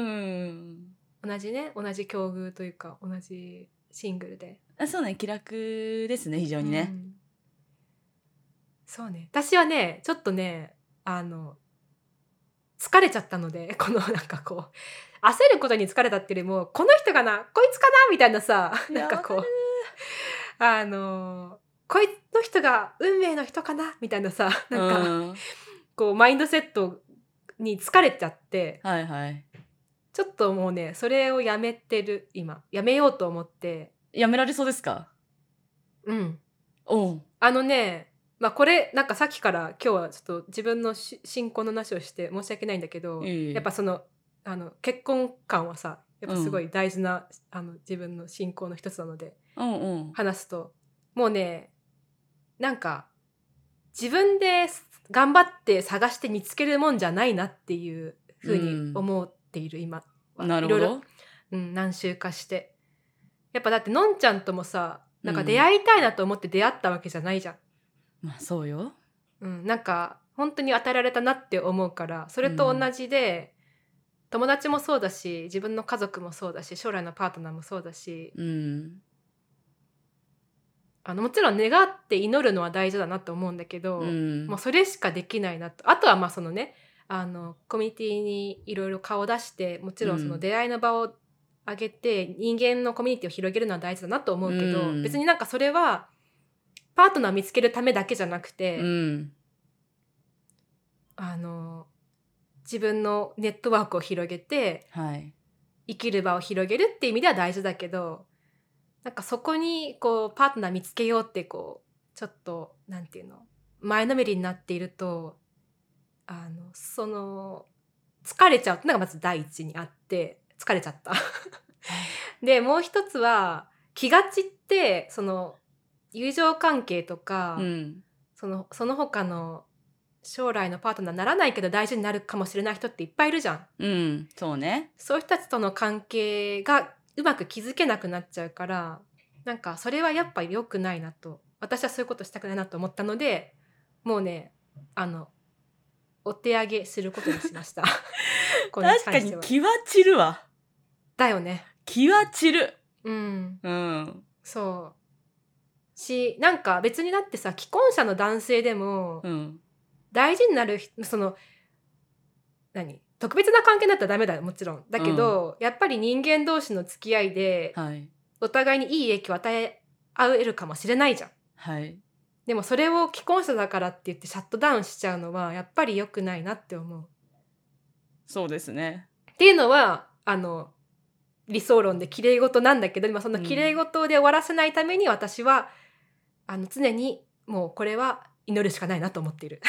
Speaker 1: ん
Speaker 2: 同じね同じ境遇というか同じシングルで
Speaker 1: あそうね気楽ですね非常にね
Speaker 2: う、んそうね私はねちょっとねあの疲れちゃったので (laughs) このなんかこう焦ることに疲れたっていうよりもこの人かなこいつかなみたいなさ
Speaker 1: いや
Speaker 2: なんかこ
Speaker 1: わ
Speaker 2: う
Speaker 1: か
Speaker 2: あのこいつの人が運命の人かなみたいなさ
Speaker 1: う
Speaker 2: なんか、
Speaker 1: ん
Speaker 2: こうマインドセットに疲れちゃって
Speaker 1: はいはい
Speaker 2: ちょっともうねそれをやめてる今やめようと思って
Speaker 1: やめられそうですか
Speaker 2: うん
Speaker 1: おう
Speaker 2: あのね、まあこれ、なんかさっきから今日はちょっと自分のし信仰の話をして申し訳ないんだけど、
Speaker 1: いえいえ
Speaker 2: やっぱその、あの、結婚観はさ、やっぱすごい大事な、あの、自分の信仰の一つなので、
Speaker 1: うんうん
Speaker 2: 話すと、もうね、なんか、自分で頑張って探して見つけるもんじゃないなっていうふうに思っている、今は。
Speaker 1: なるほ
Speaker 2: いろいろ
Speaker 1: ど
Speaker 2: うん、何週かして。やっぱだって、のんちゃんともさ、なんか
Speaker 1: うん
Speaker 2: 出会いたいなと思って出会ったわけじゃないじゃん。
Speaker 1: まあそうよ
Speaker 2: うん、なんか本当に与えられたなって思うからそれと同じで、友達もそうだし自分の家族もそうだし将来のパートナーもそうだし
Speaker 1: うん
Speaker 2: あのもちろん願って祈るのは大事だなと思うんだけど、
Speaker 1: うん
Speaker 2: もうそれしかできないなとあとはまあそのねあのコミュニティにいろいろ顔を出してもちろんそ
Speaker 1: うん
Speaker 2: の出会いの場を上げて、人間のコミュニティを広げるのは大事だなと思うけど、
Speaker 1: うん
Speaker 2: 別になんかそれはパートナー見つけるためだけじゃなくて、
Speaker 1: うん
Speaker 2: あの自分のネットワークを広げて
Speaker 1: はい
Speaker 2: 生きる場を広げるっていう意味では大事だけどなんかそこにこうパートナー見つけようってこうちょっとなんていうの前のめりになっているとあのその疲れちゃうってのがまず第一にあって疲れちゃった。 (laughs) でもう一つは気が散ってその友情関係とか、
Speaker 1: うん
Speaker 2: そのその他の将来のパートナーにならないけど大事になるかもしれない人っていっぱいいるじゃん。
Speaker 1: うんそうね
Speaker 2: そういう人たちとの関係がうまく築けなくなっちゃうからなんかそれはやっぱ良くないなと私はそういうことしたくないなと思ったのでもうねあのお手上げすることにしました
Speaker 1: (laughs)
Speaker 2: これ
Speaker 1: 確か
Speaker 2: 関して
Speaker 1: に
Speaker 2: は
Speaker 1: 気は散るわ
Speaker 2: だよね
Speaker 1: 気は散る
Speaker 2: うん
Speaker 1: うん
Speaker 2: そうしなんか別にだってさ既婚者の男性でも、
Speaker 1: うん
Speaker 2: 大事になる人その何特別な関係だったらダメだよもちろんだけど、やっぱり人間同士の付き合いで
Speaker 1: はい
Speaker 2: お互いにいい影響を与え合えるかもしれないじゃん
Speaker 1: はい
Speaker 2: でもそれを既婚者だからって言ってシャットダウンしちゃうのはやっぱり良くないなって思う
Speaker 1: そうですね
Speaker 2: っていうのはあの理想論で綺麗事なんだけど今その綺麗事で終わらせないために私は、あの常にもうこれは祈るしかないなと思っている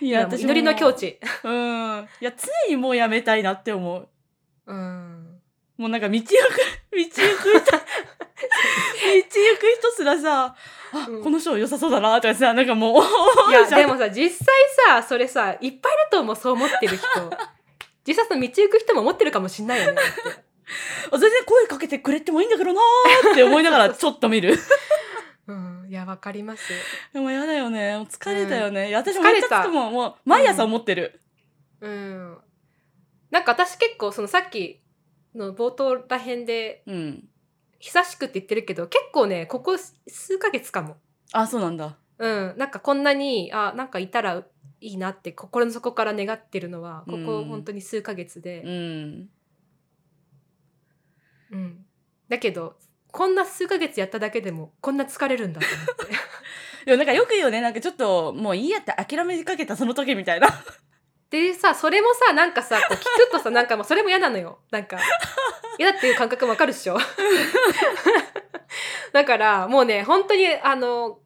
Speaker 1: い
Speaker 2: いや
Speaker 1: 私も
Speaker 2: 祈りの境地
Speaker 1: うんいや常にもうやめたいなって思う
Speaker 2: うん
Speaker 1: もうなんか道行く (laughs) 道行く人道行く人すらさあ、
Speaker 2: うん
Speaker 1: この人良さそうだなとかさなんかもう (laughs)
Speaker 2: いやでもさ実際さそれさいっぱいいると思うそう思ってる (laughs) 人実際その道行く人も思ってるかもしんないよねだって
Speaker 1: 全然声かけてくれてもいいんだけどなーって思いな
Speaker 2: (laughs)
Speaker 1: がらちょっと見る
Speaker 2: うんいやわかります
Speaker 1: でもやだよねもう疲れたよね、いや私も
Speaker 2: 疲
Speaker 1: めっ
Speaker 2: れ
Speaker 1: ち
Speaker 2: た
Speaker 1: ゃつくもんもう毎朝思ってる、
Speaker 2: うんなんか私結構そのさっきの冒頭らへんで
Speaker 1: うん、
Speaker 2: 久しくって言ってるけど結構ねここ数ヶ月かも
Speaker 1: あそうなんだ
Speaker 2: うんなんかこんなにあなんかいたらいいなって心の底から願ってるのはこ
Speaker 1: う
Speaker 2: こ
Speaker 1: ん
Speaker 2: 本当に数ヶ月で、
Speaker 1: うん
Speaker 2: うんだけどこんな数ヶ月やっただけでもこんな疲れるんだと思って
Speaker 1: でもなんかよく言うよねなんかちょっともういいやって諦めかけたその時みたいな
Speaker 2: でさそれもさなんかさこう聞くとさなんかもうそれも嫌なのよなんか嫌だっていう感覚もわかるっしょ (laughs) だからもうね本当にあの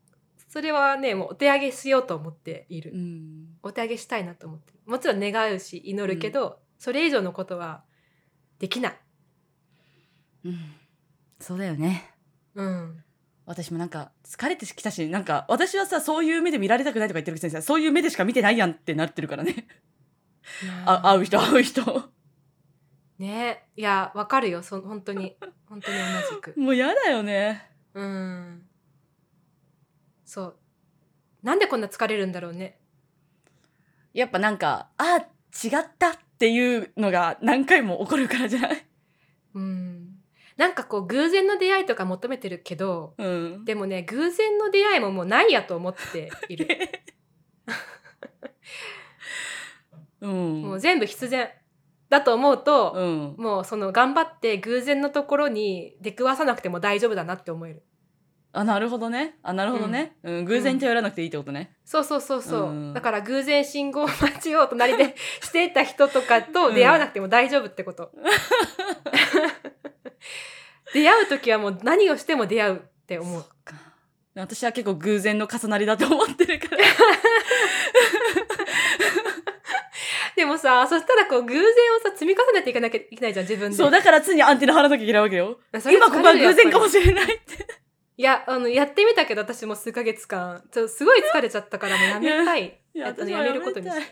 Speaker 2: それはねもうお手上げしようと思っている、
Speaker 1: うん
Speaker 2: おお手上げしたいなと思ってもちろん願うし祈るけど、それ以上のことはできない、
Speaker 1: うんそうだよね
Speaker 2: うん、
Speaker 1: 私もなんか疲れてきたしなんか私はさそういう目で見られたくないとか言ってるけど先生そういう目でしか見てないやんってなってるから
Speaker 2: (laughs)
Speaker 1: ねあ会う人会う人
Speaker 2: ねいやわかるよそ本当に本当に同じく
Speaker 1: もう嫌だよね
Speaker 2: (laughs) うんそうなんでこんな疲れるんだろうね
Speaker 1: やっぱなんかあ違ったっていうのが何回も起こるからじゃない
Speaker 2: うんなんかこう偶然の出会いとか求めてるけど
Speaker 1: うん
Speaker 2: でもね偶然の出会いももうないやと思っている
Speaker 1: (laughs) うん
Speaker 2: もう全部必然だと思うと、
Speaker 1: うん
Speaker 2: もうその頑張って偶然のところに出くわさなくても大丈夫だなって思える
Speaker 1: あなるほどねあなるほどね、うん偶然に頼らなくていいってことね、
Speaker 2: そうそうそうそう、
Speaker 1: うん
Speaker 2: だから偶然信号待ちを
Speaker 1: (laughs)
Speaker 2: 隣でしていた人とかと出会わなくても大丈夫ってこと、出会う時はもう何をしても出会うって思う
Speaker 1: そっか私は結構偶然の重なりだと思ってるから
Speaker 2: でもさそしたらこう偶然をさ積み重ねていかなきゃいけないじゃん自分で
Speaker 1: そうだから常にアンテナ張らなきゃいけないわけよ
Speaker 2: それ
Speaker 1: 今ここは偶然かも
Speaker 2: やっぱり
Speaker 1: しれないって
Speaker 2: いやあのやってみたけど私も数ヶ月間ちょすごい疲れちゃったからもうやめたい
Speaker 1: いや
Speaker 2: えっとね
Speaker 1: 私はや
Speaker 2: やめることに
Speaker 1: めたい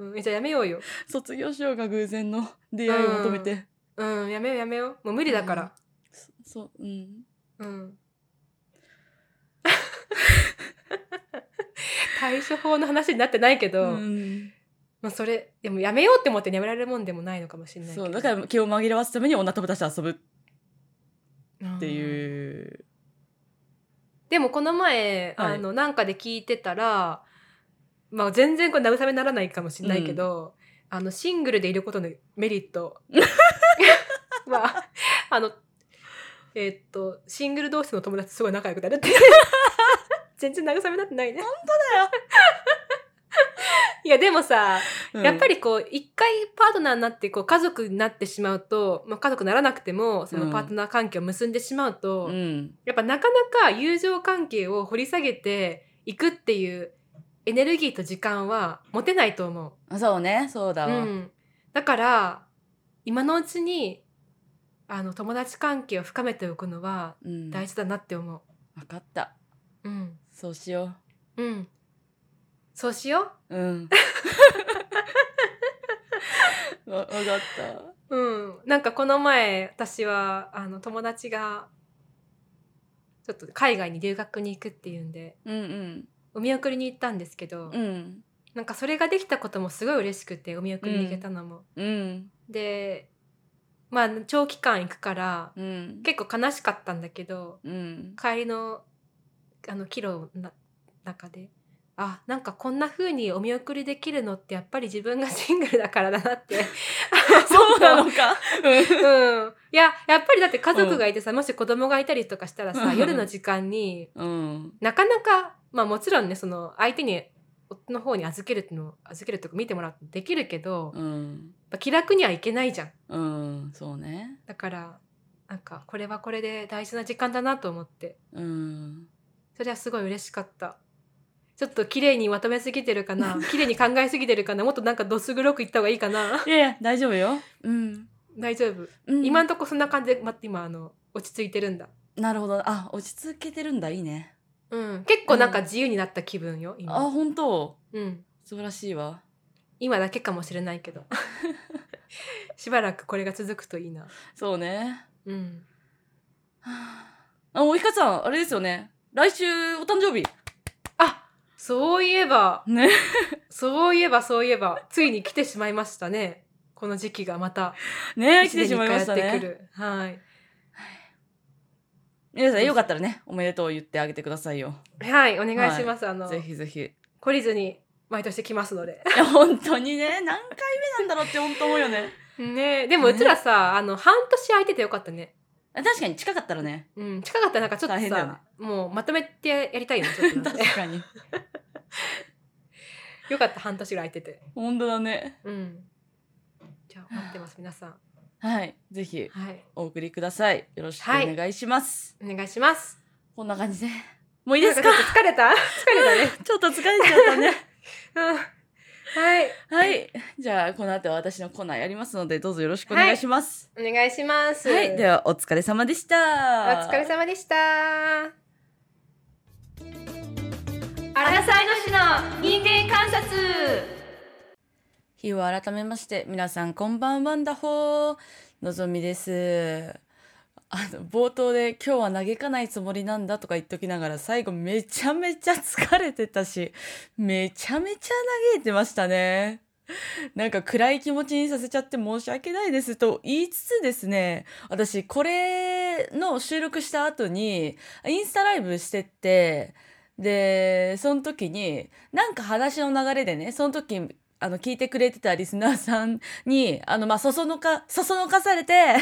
Speaker 2: うん、じゃあやめようよ
Speaker 1: 卒業しようが偶然の出会いを求めて、
Speaker 2: うんやめようやめようもう無理だから
Speaker 1: そそううん
Speaker 2: うん。 (laughs) 対処法の話になってないけど、
Speaker 1: うん
Speaker 2: まあそれでもやめようって思ってやめられるもんでもないのかもしれないけど
Speaker 1: そうだから気を紛らわすために女友達と遊ぶ
Speaker 2: ら
Speaker 1: っていう、
Speaker 2: でもこの前、
Speaker 1: はい
Speaker 2: あのなんかで聞いてたら、まあ、全然これ慰めにならないかもしれないけど、あのシングルでいることのメリットまああのえっとシングル同士の友達とすごい仲良くなるって全然慰めになってないね本当だよいやでもさ
Speaker 1: うん
Speaker 2: やっぱりこう一回パートナーになってこう家族になってしまうと、まあ、家族ならなくてもそのパートナー関係を結んでしまうと、
Speaker 1: うん
Speaker 2: やっぱなかなか友情関係を掘り下げていくっていうエネルギーと時間は持てないと思
Speaker 1: そうねそう
Speaker 2: う。
Speaker 1: だ
Speaker 2: う
Speaker 1: わ、
Speaker 2: ん、だから今のうちにあの友達関係を深めておくのは
Speaker 1: うん
Speaker 2: 大事だなって思
Speaker 1: 分かった
Speaker 2: う。うん、
Speaker 1: そうしよ
Speaker 2: うん、そうしよ
Speaker 1: ううん (laughs) わ分かった
Speaker 2: う。うん、なんかこの前私はあの友達がちょっと海外に留学に行くっていうんで
Speaker 1: うん
Speaker 2: お見送りに行ったんですけど、
Speaker 1: うんうん
Speaker 2: なんかそれができたこともすごい嬉しくてお見送りに行けたのも。
Speaker 1: うん
Speaker 2: でまあ長期間行くから
Speaker 1: うん
Speaker 2: 結構悲しかったんだけど
Speaker 1: うん
Speaker 2: 帰りのあの帰路の中であなんかこんな風にお見送りできるのってやっぱり自分がシングルだからだなって
Speaker 1: (laughs) そう
Speaker 2: (laughs)
Speaker 1: なのか
Speaker 2: うんいややっぱりだって家族がいてさ、もし子供がいたりとかしたらさ、
Speaker 1: うん
Speaker 2: 夜の時間に
Speaker 1: うん
Speaker 2: なかなかまあもちろんねその相手に夫の方に預けるっていうのを預けるとか見てもらうってできるけど、
Speaker 1: う
Speaker 2: やっ
Speaker 1: ん
Speaker 2: ぱ気楽にはいけないじゃん。
Speaker 1: うんそうね
Speaker 2: だからなんかこれはこれで大事な時間だなと思って
Speaker 1: うん
Speaker 2: それはすごい嬉しかったちょっと綺麗にまとめすぎてるか
Speaker 1: (laughs)
Speaker 2: な綺麗に考えすぎてるかなもっとなんかどす黒くいった方がいいかない (laughs)
Speaker 1: やいや大丈夫ようん、
Speaker 2: 大丈夫、
Speaker 1: うん、
Speaker 2: 今んとこそんな感じで、ま、今あの落ち着いてるんだ
Speaker 1: なるほどあ落ち着けてるんだいいね
Speaker 2: うん結構なんか自由になった気分よ
Speaker 1: あ
Speaker 2: 今、
Speaker 1: 本当
Speaker 2: うん、
Speaker 1: 素晴らしいわ
Speaker 2: 今だけかもしれないけど (laughs) しばらくこれが続くといいな
Speaker 1: そうね
Speaker 2: うん
Speaker 1: はああおいかさんあれですよね来週お誕生日
Speaker 2: あそういえば
Speaker 1: (laughs) ね
Speaker 2: そういえばそういえばついに来てしまいましたねこの時期がまた
Speaker 1: ね来
Speaker 2: 一年
Speaker 1: てし
Speaker 2: に
Speaker 1: まいま
Speaker 2: 一
Speaker 1: し
Speaker 2: 回
Speaker 1: た
Speaker 2: やってく
Speaker 1: ね
Speaker 2: る。はい。
Speaker 1: 皆さんよかったらねおめでとう言ってあげてくださいよ
Speaker 2: はい、お願いします。あの、
Speaker 1: ぜひぜひ
Speaker 2: 懲りずに毎年来ますので。
Speaker 1: いや本当にね何回目なんだろうって本当思うよね
Speaker 2: ねでもうちらさ、あの、半年空いててよかったね。
Speaker 1: (laughs) あ確かに近かったらね
Speaker 2: うん、近かったらなんかちょっ
Speaker 1: 大
Speaker 2: と
Speaker 1: 変だよ
Speaker 2: さ
Speaker 1: ね、
Speaker 2: もうまとめてやりたいよね、ちょっと
Speaker 1: 確 (laughs)
Speaker 2: なんかね
Speaker 1: かに
Speaker 2: よかった、半年が空いてて。
Speaker 1: 本当だね
Speaker 2: うん。じゃあ、待ってます、皆さん。
Speaker 1: はいぜひ
Speaker 2: はい。
Speaker 1: お送りくださいよろしくお願いします、
Speaker 2: お願いします。
Speaker 1: こんな感じでもういいですか (laughs)
Speaker 2: (laughs) なんちょっと疲れた疲れ
Speaker 1: ちょっと疲れちゃったね
Speaker 2: たね。うん。はい。
Speaker 1: (laughs) はい。じゃあ、この後は私のコーナーやりますので、どうぞよろしくお願いします。
Speaker 2: お願いします。
Speaker 1: はい。では、お疲れ様でした。
Speaker 2: お疲れ様でした。アラサイの市の人間観察。
Speaker 1: 日を改めまして皆さんこんばんはんだほーのぞみですあの冒頭で「今日は嘆かないつもりなんだ」とか言っときながら最後めちゃめちゃ疲れてたしめちゃめちゃ嘆いてましたねなんか暗い気持ちにさせちゃって申し訳ないですと言いつつですね私これの収録した後にインスタライブしてってでその時になんか話の流れでねその時あの聞いてくれてたリスナーさんにあのまあそそのか (laughs) そそのかされて (laughs)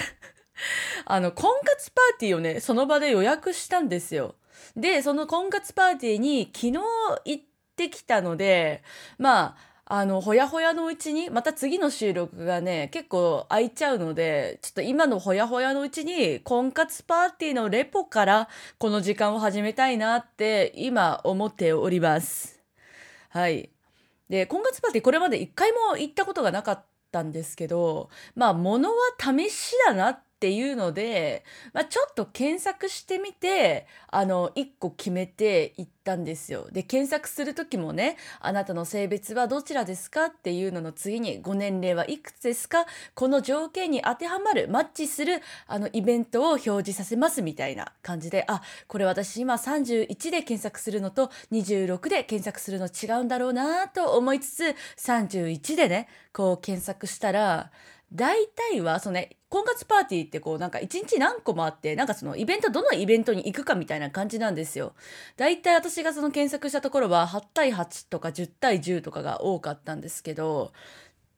Speaker 1: あの婚活パーティーをねその場で予約したんですよ。でその婚活パーティーに昨日行ってきたのでまああのほやほやのうちにまた次の収録がね結構空いちゃうのでちょっと今のほやほやのうちに婚活パーティーのレポからこの時間を始めたいなって今思っております。はいで婚活パーティーこれまで一回も行ったことがなかったんですけどまあ物は試しだなっていうので、まあ、ちょっと検索してみてあの1個決めて行ったんですよ。で検索する時もね「あなたの性別はどちらですか?」っていうのの次に「ご年齢はいくつですか?」この条件に当てはまるマッチするあのイベントを表示させますみたいな感じであこれ私今31で検索するのと26で検索するの違うんだろうなと思いつつ31でねこう検索したら大体はそのね婚活パーティーってこうなんか一日何個もあってなんかそのイベントどのイベントに行くかみたいな感じなんですよ。大体私がその検索したところは8対8とか10対10とかが多かったんですけど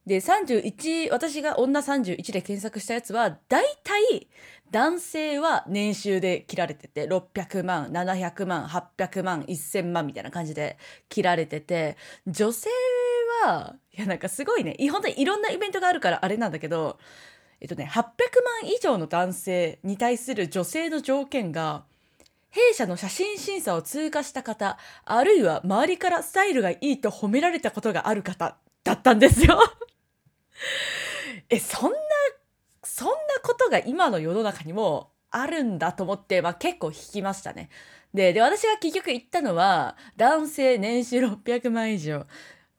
Speaker 1: で31私が女31で検索したやつは大体男性は年収で切られてて600万700万800万1000万みたいな感じで切られてて女性はいやなんかすごいねい本当にいろんなイベントがあるからあれなんだけどえっとね800万以上の男性に対する女性の条件が弊社の写真審査を通過した方あるいは周りからスタイルがいいと褒められたことがある方だったんですよ。 (laughs) えそんなそんなことが今の世の中にもあるんだと思って、まあ、結構引きましたね。でで私が結局言ったのは男性年収600万以上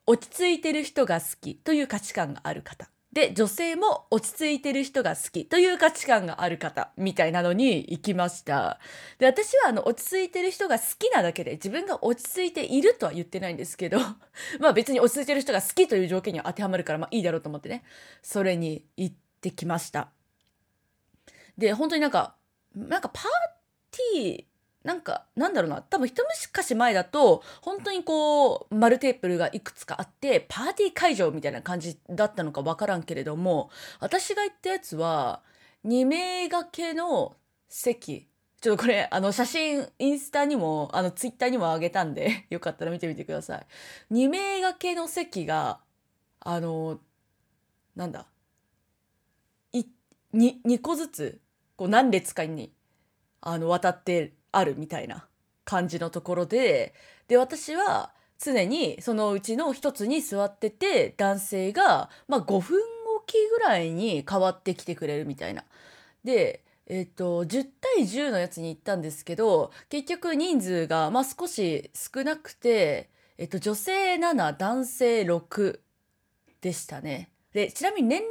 Speaker 1: 落ち着いてる人が好きという価値観がある方で女性も落ち着いてる人が好きという価値観がある方みたいなのに行きましたで私はあの落ち着いてる人が好きなだけで自分が落ち着いているとは言ってないんですけど (laughs) まあ別に落ち着いてる人が好きという条件には当てはまるからまあいいだろうと思ってねそれに行ってきましたで本当になんかなんかパーティーなんかなんだろうな多分一昔前だと本当にこう丸テーブルがいくつかあってパーティー会場みたいな感じだったのか分からんけれども私が行ったやつは2名掛けの席ちょっとこれあの写真インスタにもあのツイッターにも上げたんで (laughs) よかったら見てみてください2名掛けの席があのなんだい 2, 2個ずつこう何列かにあの渡ってあるみたいな感じのところでで私は常にそのうちの一つに座ってて男性が、まあ、5分おきぐらいに変わってきてくれるみたいな。でえっと10対10のやつに行ったんですけど結局人数が、まあ、少し少なくて、えっと、女性7男性6でしたね。でちなみに年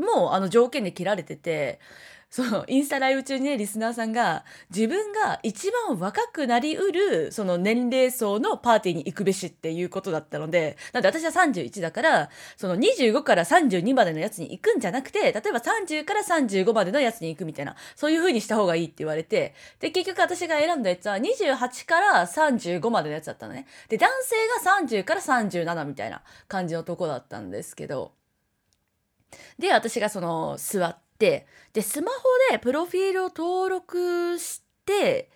Speaker 1: 齢もあの条件で切られててそのインスタライブ中にねリスナーさんが自分が一番若くなりうるその年齢層のパーティーに行くべしっていうことだったのでなんで私は31だからその25から32までのやつに行くんじゃなくて例えば30から35までのやつに行くみたいなそういう風にした方がいいって言われてで結局私が選んだやつは28から35までのやつだったのねで男性が30から37みたいな感じのとこだったんですけどで私がその座ってでスマホでプロフィールを登録して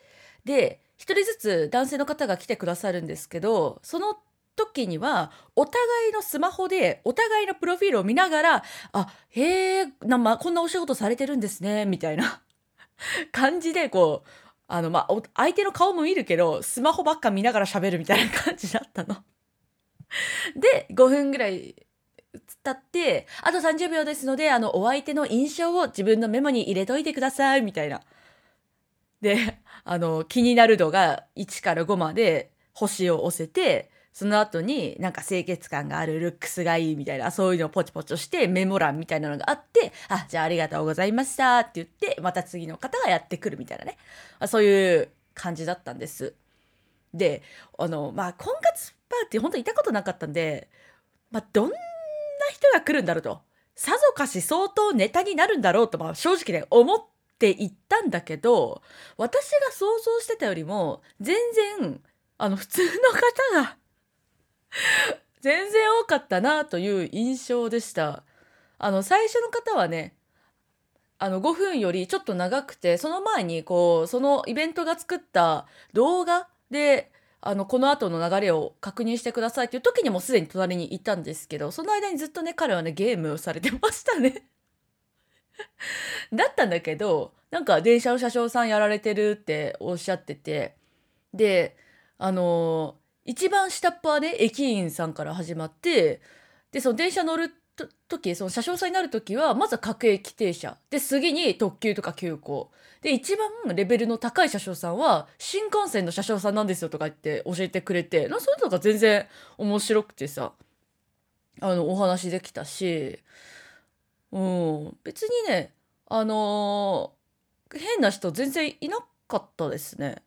Speaker 1: で1人ずつ男性の方が来てくださるんですけどその時にはお互いのスマホでお互いのプロフィールを見ながら「あへえ、なまあ、こんなお仕事されてるんですね」みたいな (laughs) 感じでこうあの、まあ、お相手の顔も見るけどスマホばっか見ながら喋るみたいな感じだったの。で5分ぐらい経ってあと30秒ですのであのお相手の印象を自分のメモに入れといてくださいみたいな。であの気になる度が1から5まで星を押せてその後になんか清潔感があるルックスがいいみたいなそういうのをポチポチ押してメモ欄みたいなのがあって「あじゃあありがとうございました」って言ってまた次の方がやってくるみたいなねあそういう感じだったんです。であのまあ婚活パーティー本当にいたことなかったんで、まあ、どんな人が来るんだろうとさぞかし相当ネタになるんだろうと、まあ、正直ね思っていったんだけど私が想像してたよりも全然あの普通の方が (laughs) 全然多かったなという印象でした。あの最初の方はねあの5分よりちょっと長くてその前にこうそのイベントが作った動画であのこの後の流れを確認してくださいっていう時にもうすでに隣にいたんですけどその間にずっとね彼はねゲームをされてましたね。だったんだけどなんか電車の車掌さんやられてるっておっしゃっててであのー一番下っ端はね駅員さんから始まってでその電車乗ると時その車掌さんになる時はまずは各駅停車で次に特急とか急行で一番レベルの高い車掌さんは新幹線の車掌さんなんですよとか言って教えてくれてなそういうのが全然面白くてさあのお話できたし、うん、別にねあのー変な人全然いなかったですね。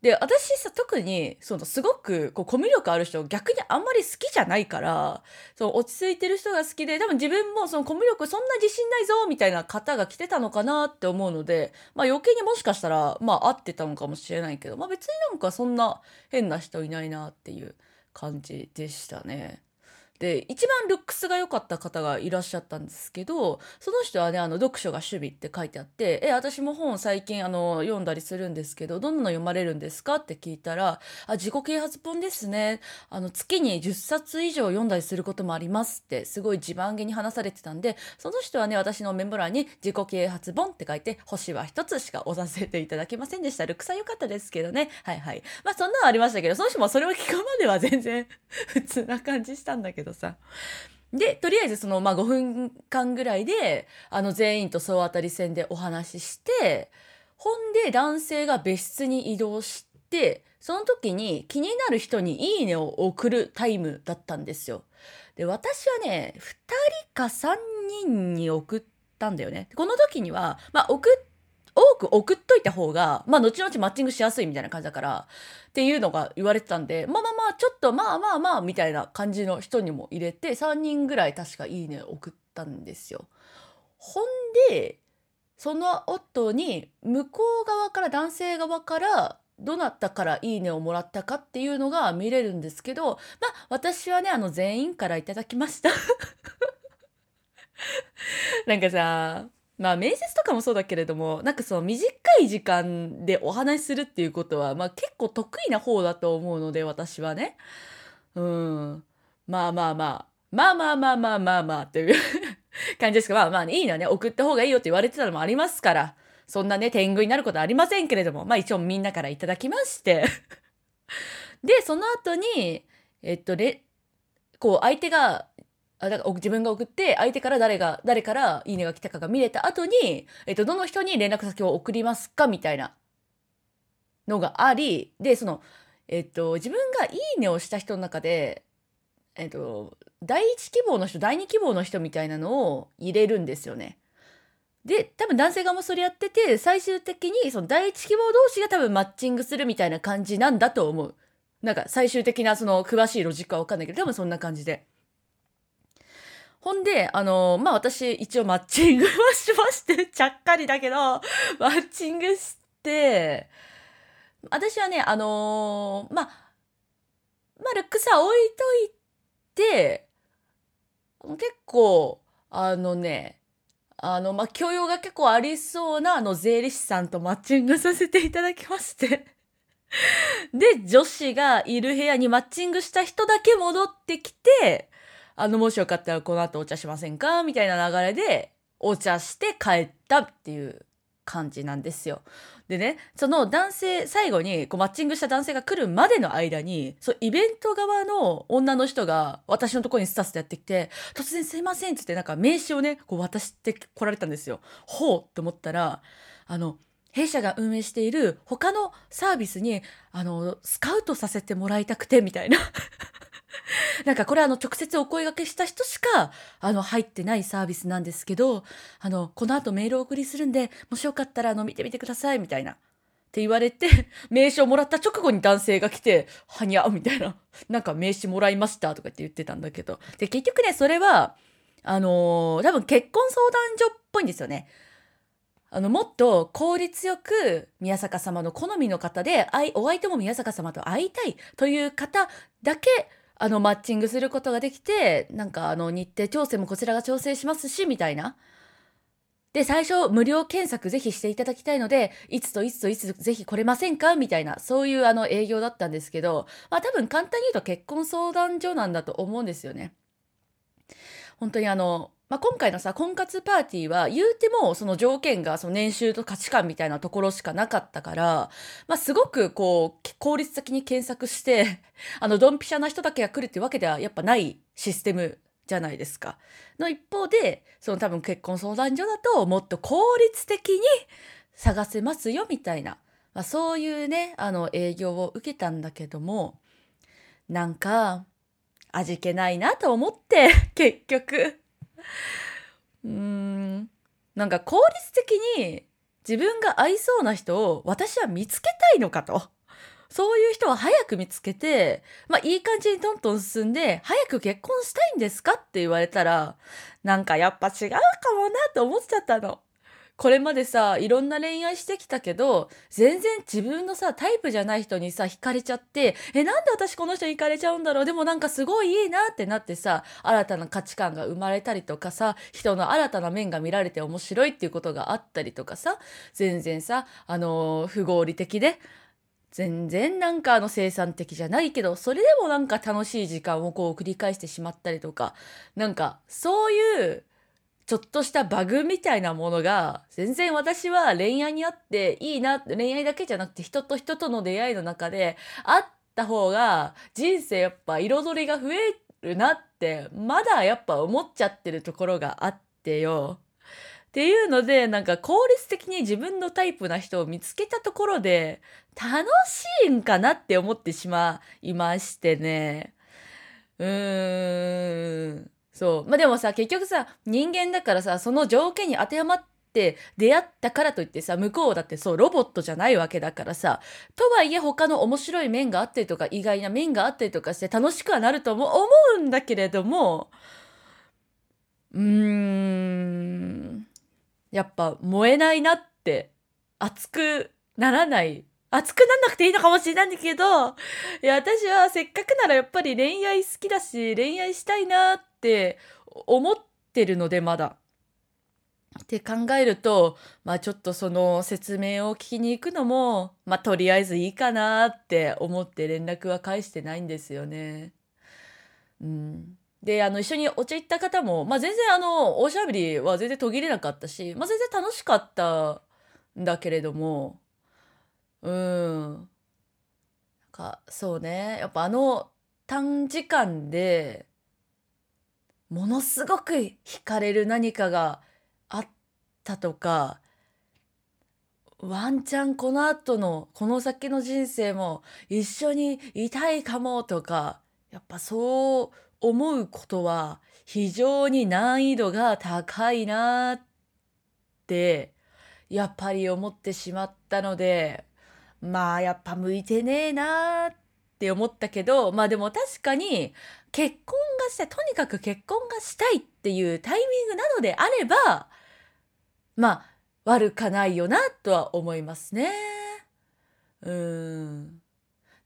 Speaker 1: で私さ特にそのすごくこうコミュ力ある人逆にあんまり好きじゃないからその落ち着いてる人が好きで多分自分もそのコミュ力そんな自信ないぞみたいな方が来てたのかなって思うので、まあ、余計にもしかしたら、まあ、合ってたのかもしれないけど、まあ、別になんかそんな変な人いないなっていう感じでしたね。で一番ルックスが良かった方がいらっしゃったんですけどその人はねあの読書が趣味って書いてあって「え私も本最近あの読んだりするんですけどどんなの読まれるんですか?」って聞いたら「あ自己啓発本ですねあの月に10冊以上読んだりすることもあります」ってすごい自慢げに話されてたんでその人はね私のメモ欄に「自己啓発本」って書いて「星は一つしか押させていただけませんでした」ルックスは良かったですけどねはいはいまあそんなのありましたけどその人もそれを聞くまでは全然普通な感じしたんだけどさ。で、とりあえずその、まあ、5分間ぐらいで、あの、全員と総当たり戦でお話しして、ほんで男性が別室に移動して、その時に気になる人にいいねを送るタイムだったんですよ。で、私はね、2人か3人に送ったんだよね。この時には、まあ、送っ多く送っといた方が、まあ、後々マッチングしやすいみたいな感じだから、っていうのが言われてたんでまあまあまあちょっとまあまあまあみたいな感じの人にも入れて3人ぐらい確か「いいね」送ったんですよ。ほんでその夫に向こう側から男性側からどなたから「いいね」をもらったかっていうのが見れるんですけどまあ私はねあの全員からいただきました。なんかさまあ面接とかもそうだけれどもなんかその短い時間でお話しするっていうことは、まあ、結構得意な方だと思うので私はねうんまあまあまあまあまあまあまあまあまあっていう感じですけどまあまあ、いいのはね送った方がいいよって言われてたのもありますからそんなね天狗になることはありませんけれどもまあ一応みんなからいただきましてでその後にえっとれこう相手があだからお自分が送って相手から誰が誰からいいねが来たかが見れた後に、えっと、どの人に連絡先を送りますかみたいなのがありでその、えっと、自分が「いいね」をした人の中で、えっと、第一希望の人第二希望の人みたいなのを入れるんですよね。で多分男性側もそれやってて最終的にその第一希望同士が多分マッチングするみたいな感じなんだと思う。なんか最終的なその詳しいロジックは分かんないけど多分そんな感じで。ほんで、あのまあ、私、一応マッチングはしまして、 (laughs) ちゃっかりだけど、マッチングして、私はね、あのまあ、まあ、ルックスは置いといて、結構、あのね、あの、まあ、教養が結構ありそうな、あの、税理士さんとマッチングさせていただきまして。で、女子がいる部屋にマッチングした人だけ戻ってきて、あの、もしよかったらこの後お茶しませんかみたいな流れで、お茶して帰ったっていう感じなんですよ。でねその男性最後にこうマッチングした男性が来るまでの間にそうイベント側の女の人が私のところにスタスタやってきて「突然すいません」っつってなんか名刺をねこう渡してこられたんですよ。ほうって思ったらあの弊社が運営している他のサービスにあのスカウトさせてもらいたくてみたいな。なんかこれあの直接お声がけした人しかあの入ってないサービスなんですけどあのこの後メールをお送りするんでもしよかったらあの見てみてくださいみたいなって言われて (laughs) 名刺をもらった直後に男性が来て「はにゃ」みたいな (laughs) 「なんか名刺もらいました」とかって言ってたんだけどで結局ねそれはあのー多分結婚相談所っぽいんですよね。あのもっと効率よく宮坂様の好みの方であいお相手も宮坂様と会いたいという方だけあのマッチングすることができてなんかあの日程調整もこちらが調整しますしみたいな。で最初無料検索ぜひしていただきたいのでいつといつといつぜひ来れませんかみたいなそういうあの営業だったんですけど、まあ、多分簡単に言うと結婚相談所なんだと思うんですよね。本当にあの、まあ、今回のさ婚活パーティーは言うてもその条件がその年収と価値観みたいなところしかなかったから、まあ、すごくこう効率的に検索してあのドンピシャな人だけが来るってわけではやっぱないシステムじゃないですか。の一方でその多分結婚相談所だともっと効率的に探せますよみたいな、まあ、そういうねあの営業を受けたんだけどもなんか味気ないなと思って (laughs) 結局うーんなんか効率的に自分が合いそうな人を私は見つけたいのかと。そういう人は早く見つけて、まあいい感じにトントン進んで、早く結婚したいんですかって言われたら、なんかやっぱ違うかもなと思っちゃったの。これまでさ、いろんな恋愛してきたけど、全然自分のさ、タイプじゃない人にさ、惹かれちゃって、え、なんで私この人に惹かれちゃうんだろうでもなんかすごいいいなってなってさ、新たな価値観が生まれたりとかさ、人の新たな面が見られて面白いっていうことがあったりとかさ、全然さ、あのー不合理的で、全然なんかあの生産的じゃないけどそれでもなんか楽しい時間をこう繰り返してしまったりとかなんかそういうちょっとしたバグみたいなものが全然私は恋愛にあっていいな恋愛だけじゃなくて人と人との出会いの中であった方が人生やっぱ彩りが増えるなってまだやっぱ思っちゃってるところがあってよ。っていうのでなんか効率的に自分のタイプな人を見つけたところで楽しいんかなって思ってしまいましてね。うーん。そう。まあでもさ、結局さ、人間だからさ、その条件に当てはまって出会ったからといってさ、向こうだってそう、ロボットじゃないわけだからさ、とはいえ他の面白い面があったりとか、意外な面があったりとかして楽しくはなるとも思うんだけれども、うーん。やっぱ燃えないなって、熱くならない熱くなんなくていいのかもしれないんだけど、いや、私はせっかくならやっぱり恋愛好きだし、恋愛したいなって思ってるので、まだ。って考えると、まあちょっとその説明を聞きに行くのも、まあとりあえずいいかなって思って連絡は返してないんですよね。うん。で、あの、一緒にお茶行った方も、まあ全然あの、おしゃべりは全然途切れなかったし、まあ全然楽しかったんだけれども、うん。なんか、そうね。やっぱあの短時間で、ものすごく惹かれる何かがあったとか、ワンチャンこの後の、この先の人生も一緒にいたいかもとか、やっぱそう思うことは非常に難易度が高いなって、やっぱり思ってしまったので、まあやっぱ向いてねえなーって思ったけど、まあでも確かに結婚がしたい、とにかく結婚がしたいっていうタイミングなのであれば、まあ悪かないよなとは思いますね。うーん。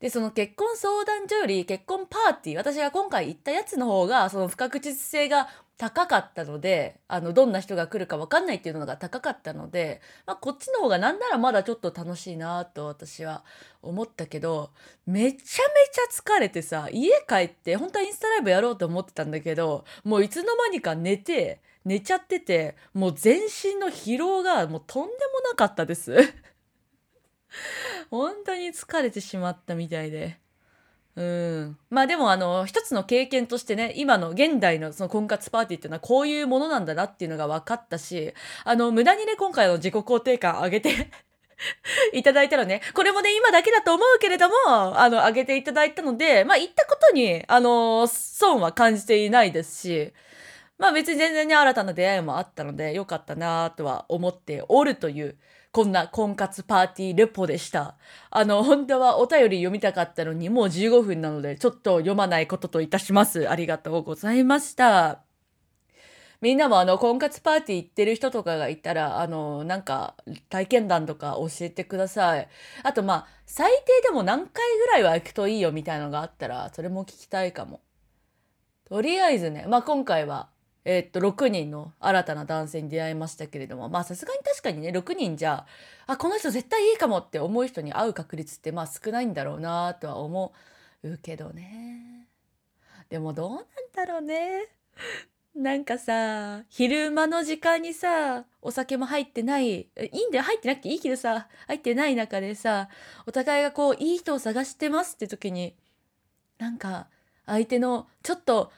Speaker 1: で、その結婚相談所より結婚パーティー、私が今回行ったやつの方が、その不確実性が高かったので、あの、どんな人が来るかわかんないっていうのが高かったので、まあ、こっちの方がなんならまだちょっと楽しいなと私は思ったけど、めちゃめちゃ疲れてさ、家帰って、本当はインスタライブやろうと思ってたんだけど、もういつの間にか寝て、寝ちゃってて、もう全身の疲労がもうとんでもなかったです。 (laughs) 本当に疲れてしまったみたいで。うん、まあでもあの一つの経験としてね今の現代のその婚活パーティーっていうのはこういうものなんだなっていうのが分かったしあの無駄にね今回の自己肯定感上げて (laughs) いただいたのねこれもね今だけだと思うけれどもあの上げていただいたのでまあ言ったことにあの損は感じていないですしまあ別に全然ね新たな出会いもあったので良かったなとは思っておるというこんな婚活パーティーレポでした。あの、本当はお便り読みたかったのに、もう15分なので、ちょっと読まないことといたします。ありがとうございました。みんなもあの、婚活パーティー行ってる人とかがいたら、あの、なんか、体験談とか教えてください。あと、まあ、最低でも何回ぐらいは行くといいよみたいのがあったら、それも聞きたいかも。とりあえずね、まあ、今回は、えっと、6人の新たな男性に出会いましたけれども、まあ、さすがに確かにね、6人じゃ、あこの人絶対いいかもって思う人に会う確率ってまあ少ないんだろうなとは思うけどねでもどうなんだろうねなんかさ昼間の時間にさお酒も入ってないえいいんだよ入ってなくていいけどさ入ってない中でさお互いがこういい人を探してますって時になんか相手のちょっと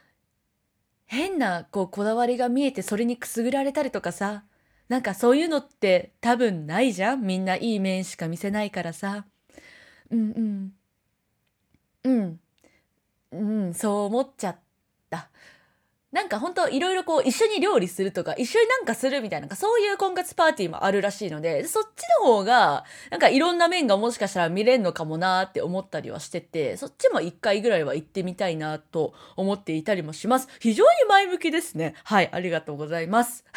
Speaker 1: 変なこうこだわりが見えてそれにくすぐられたりとかさなんかそういうのって多分ないじゃんみんないい面しか見せないからさ。うんうん。うん。うん、そう思っちゃった。なんか本当いろいろこう一緒に料理するとか一緒になんかするみたいななんかそういう婚活パーティーもあるらしいのでそっちの方がなんかいろんな面がもしかしたら見れるのかもなーって思ったりはしててそっちも一回ぐらいは行ってみたいなと思っていたりもします非常に前向きですねはいありがとうございます (laughs)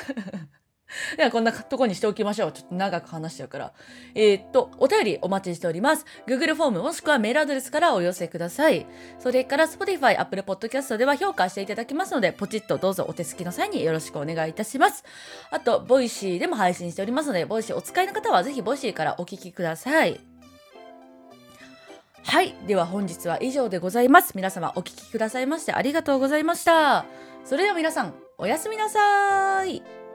Speaker 1: ではこんなとこにしておきましょう。ちょっと長く話しちゃうから。えーっと、お便りお待ちしております。Google フォームもしくはメールアドレスからお寄せください。それから Spotify、Apple Podcast では評価していただきますので、ポチッとどうぞお手すきの際によろしくお願いいたします。あと、ボイシーでも配信しておりますので、ボイシーお使いの方はぜひボイシーからお聞きください。はい。では本日は以上でございます。皆様お聞きくださいましてありがとうございました。それでは皆さん、おやすみなさーい。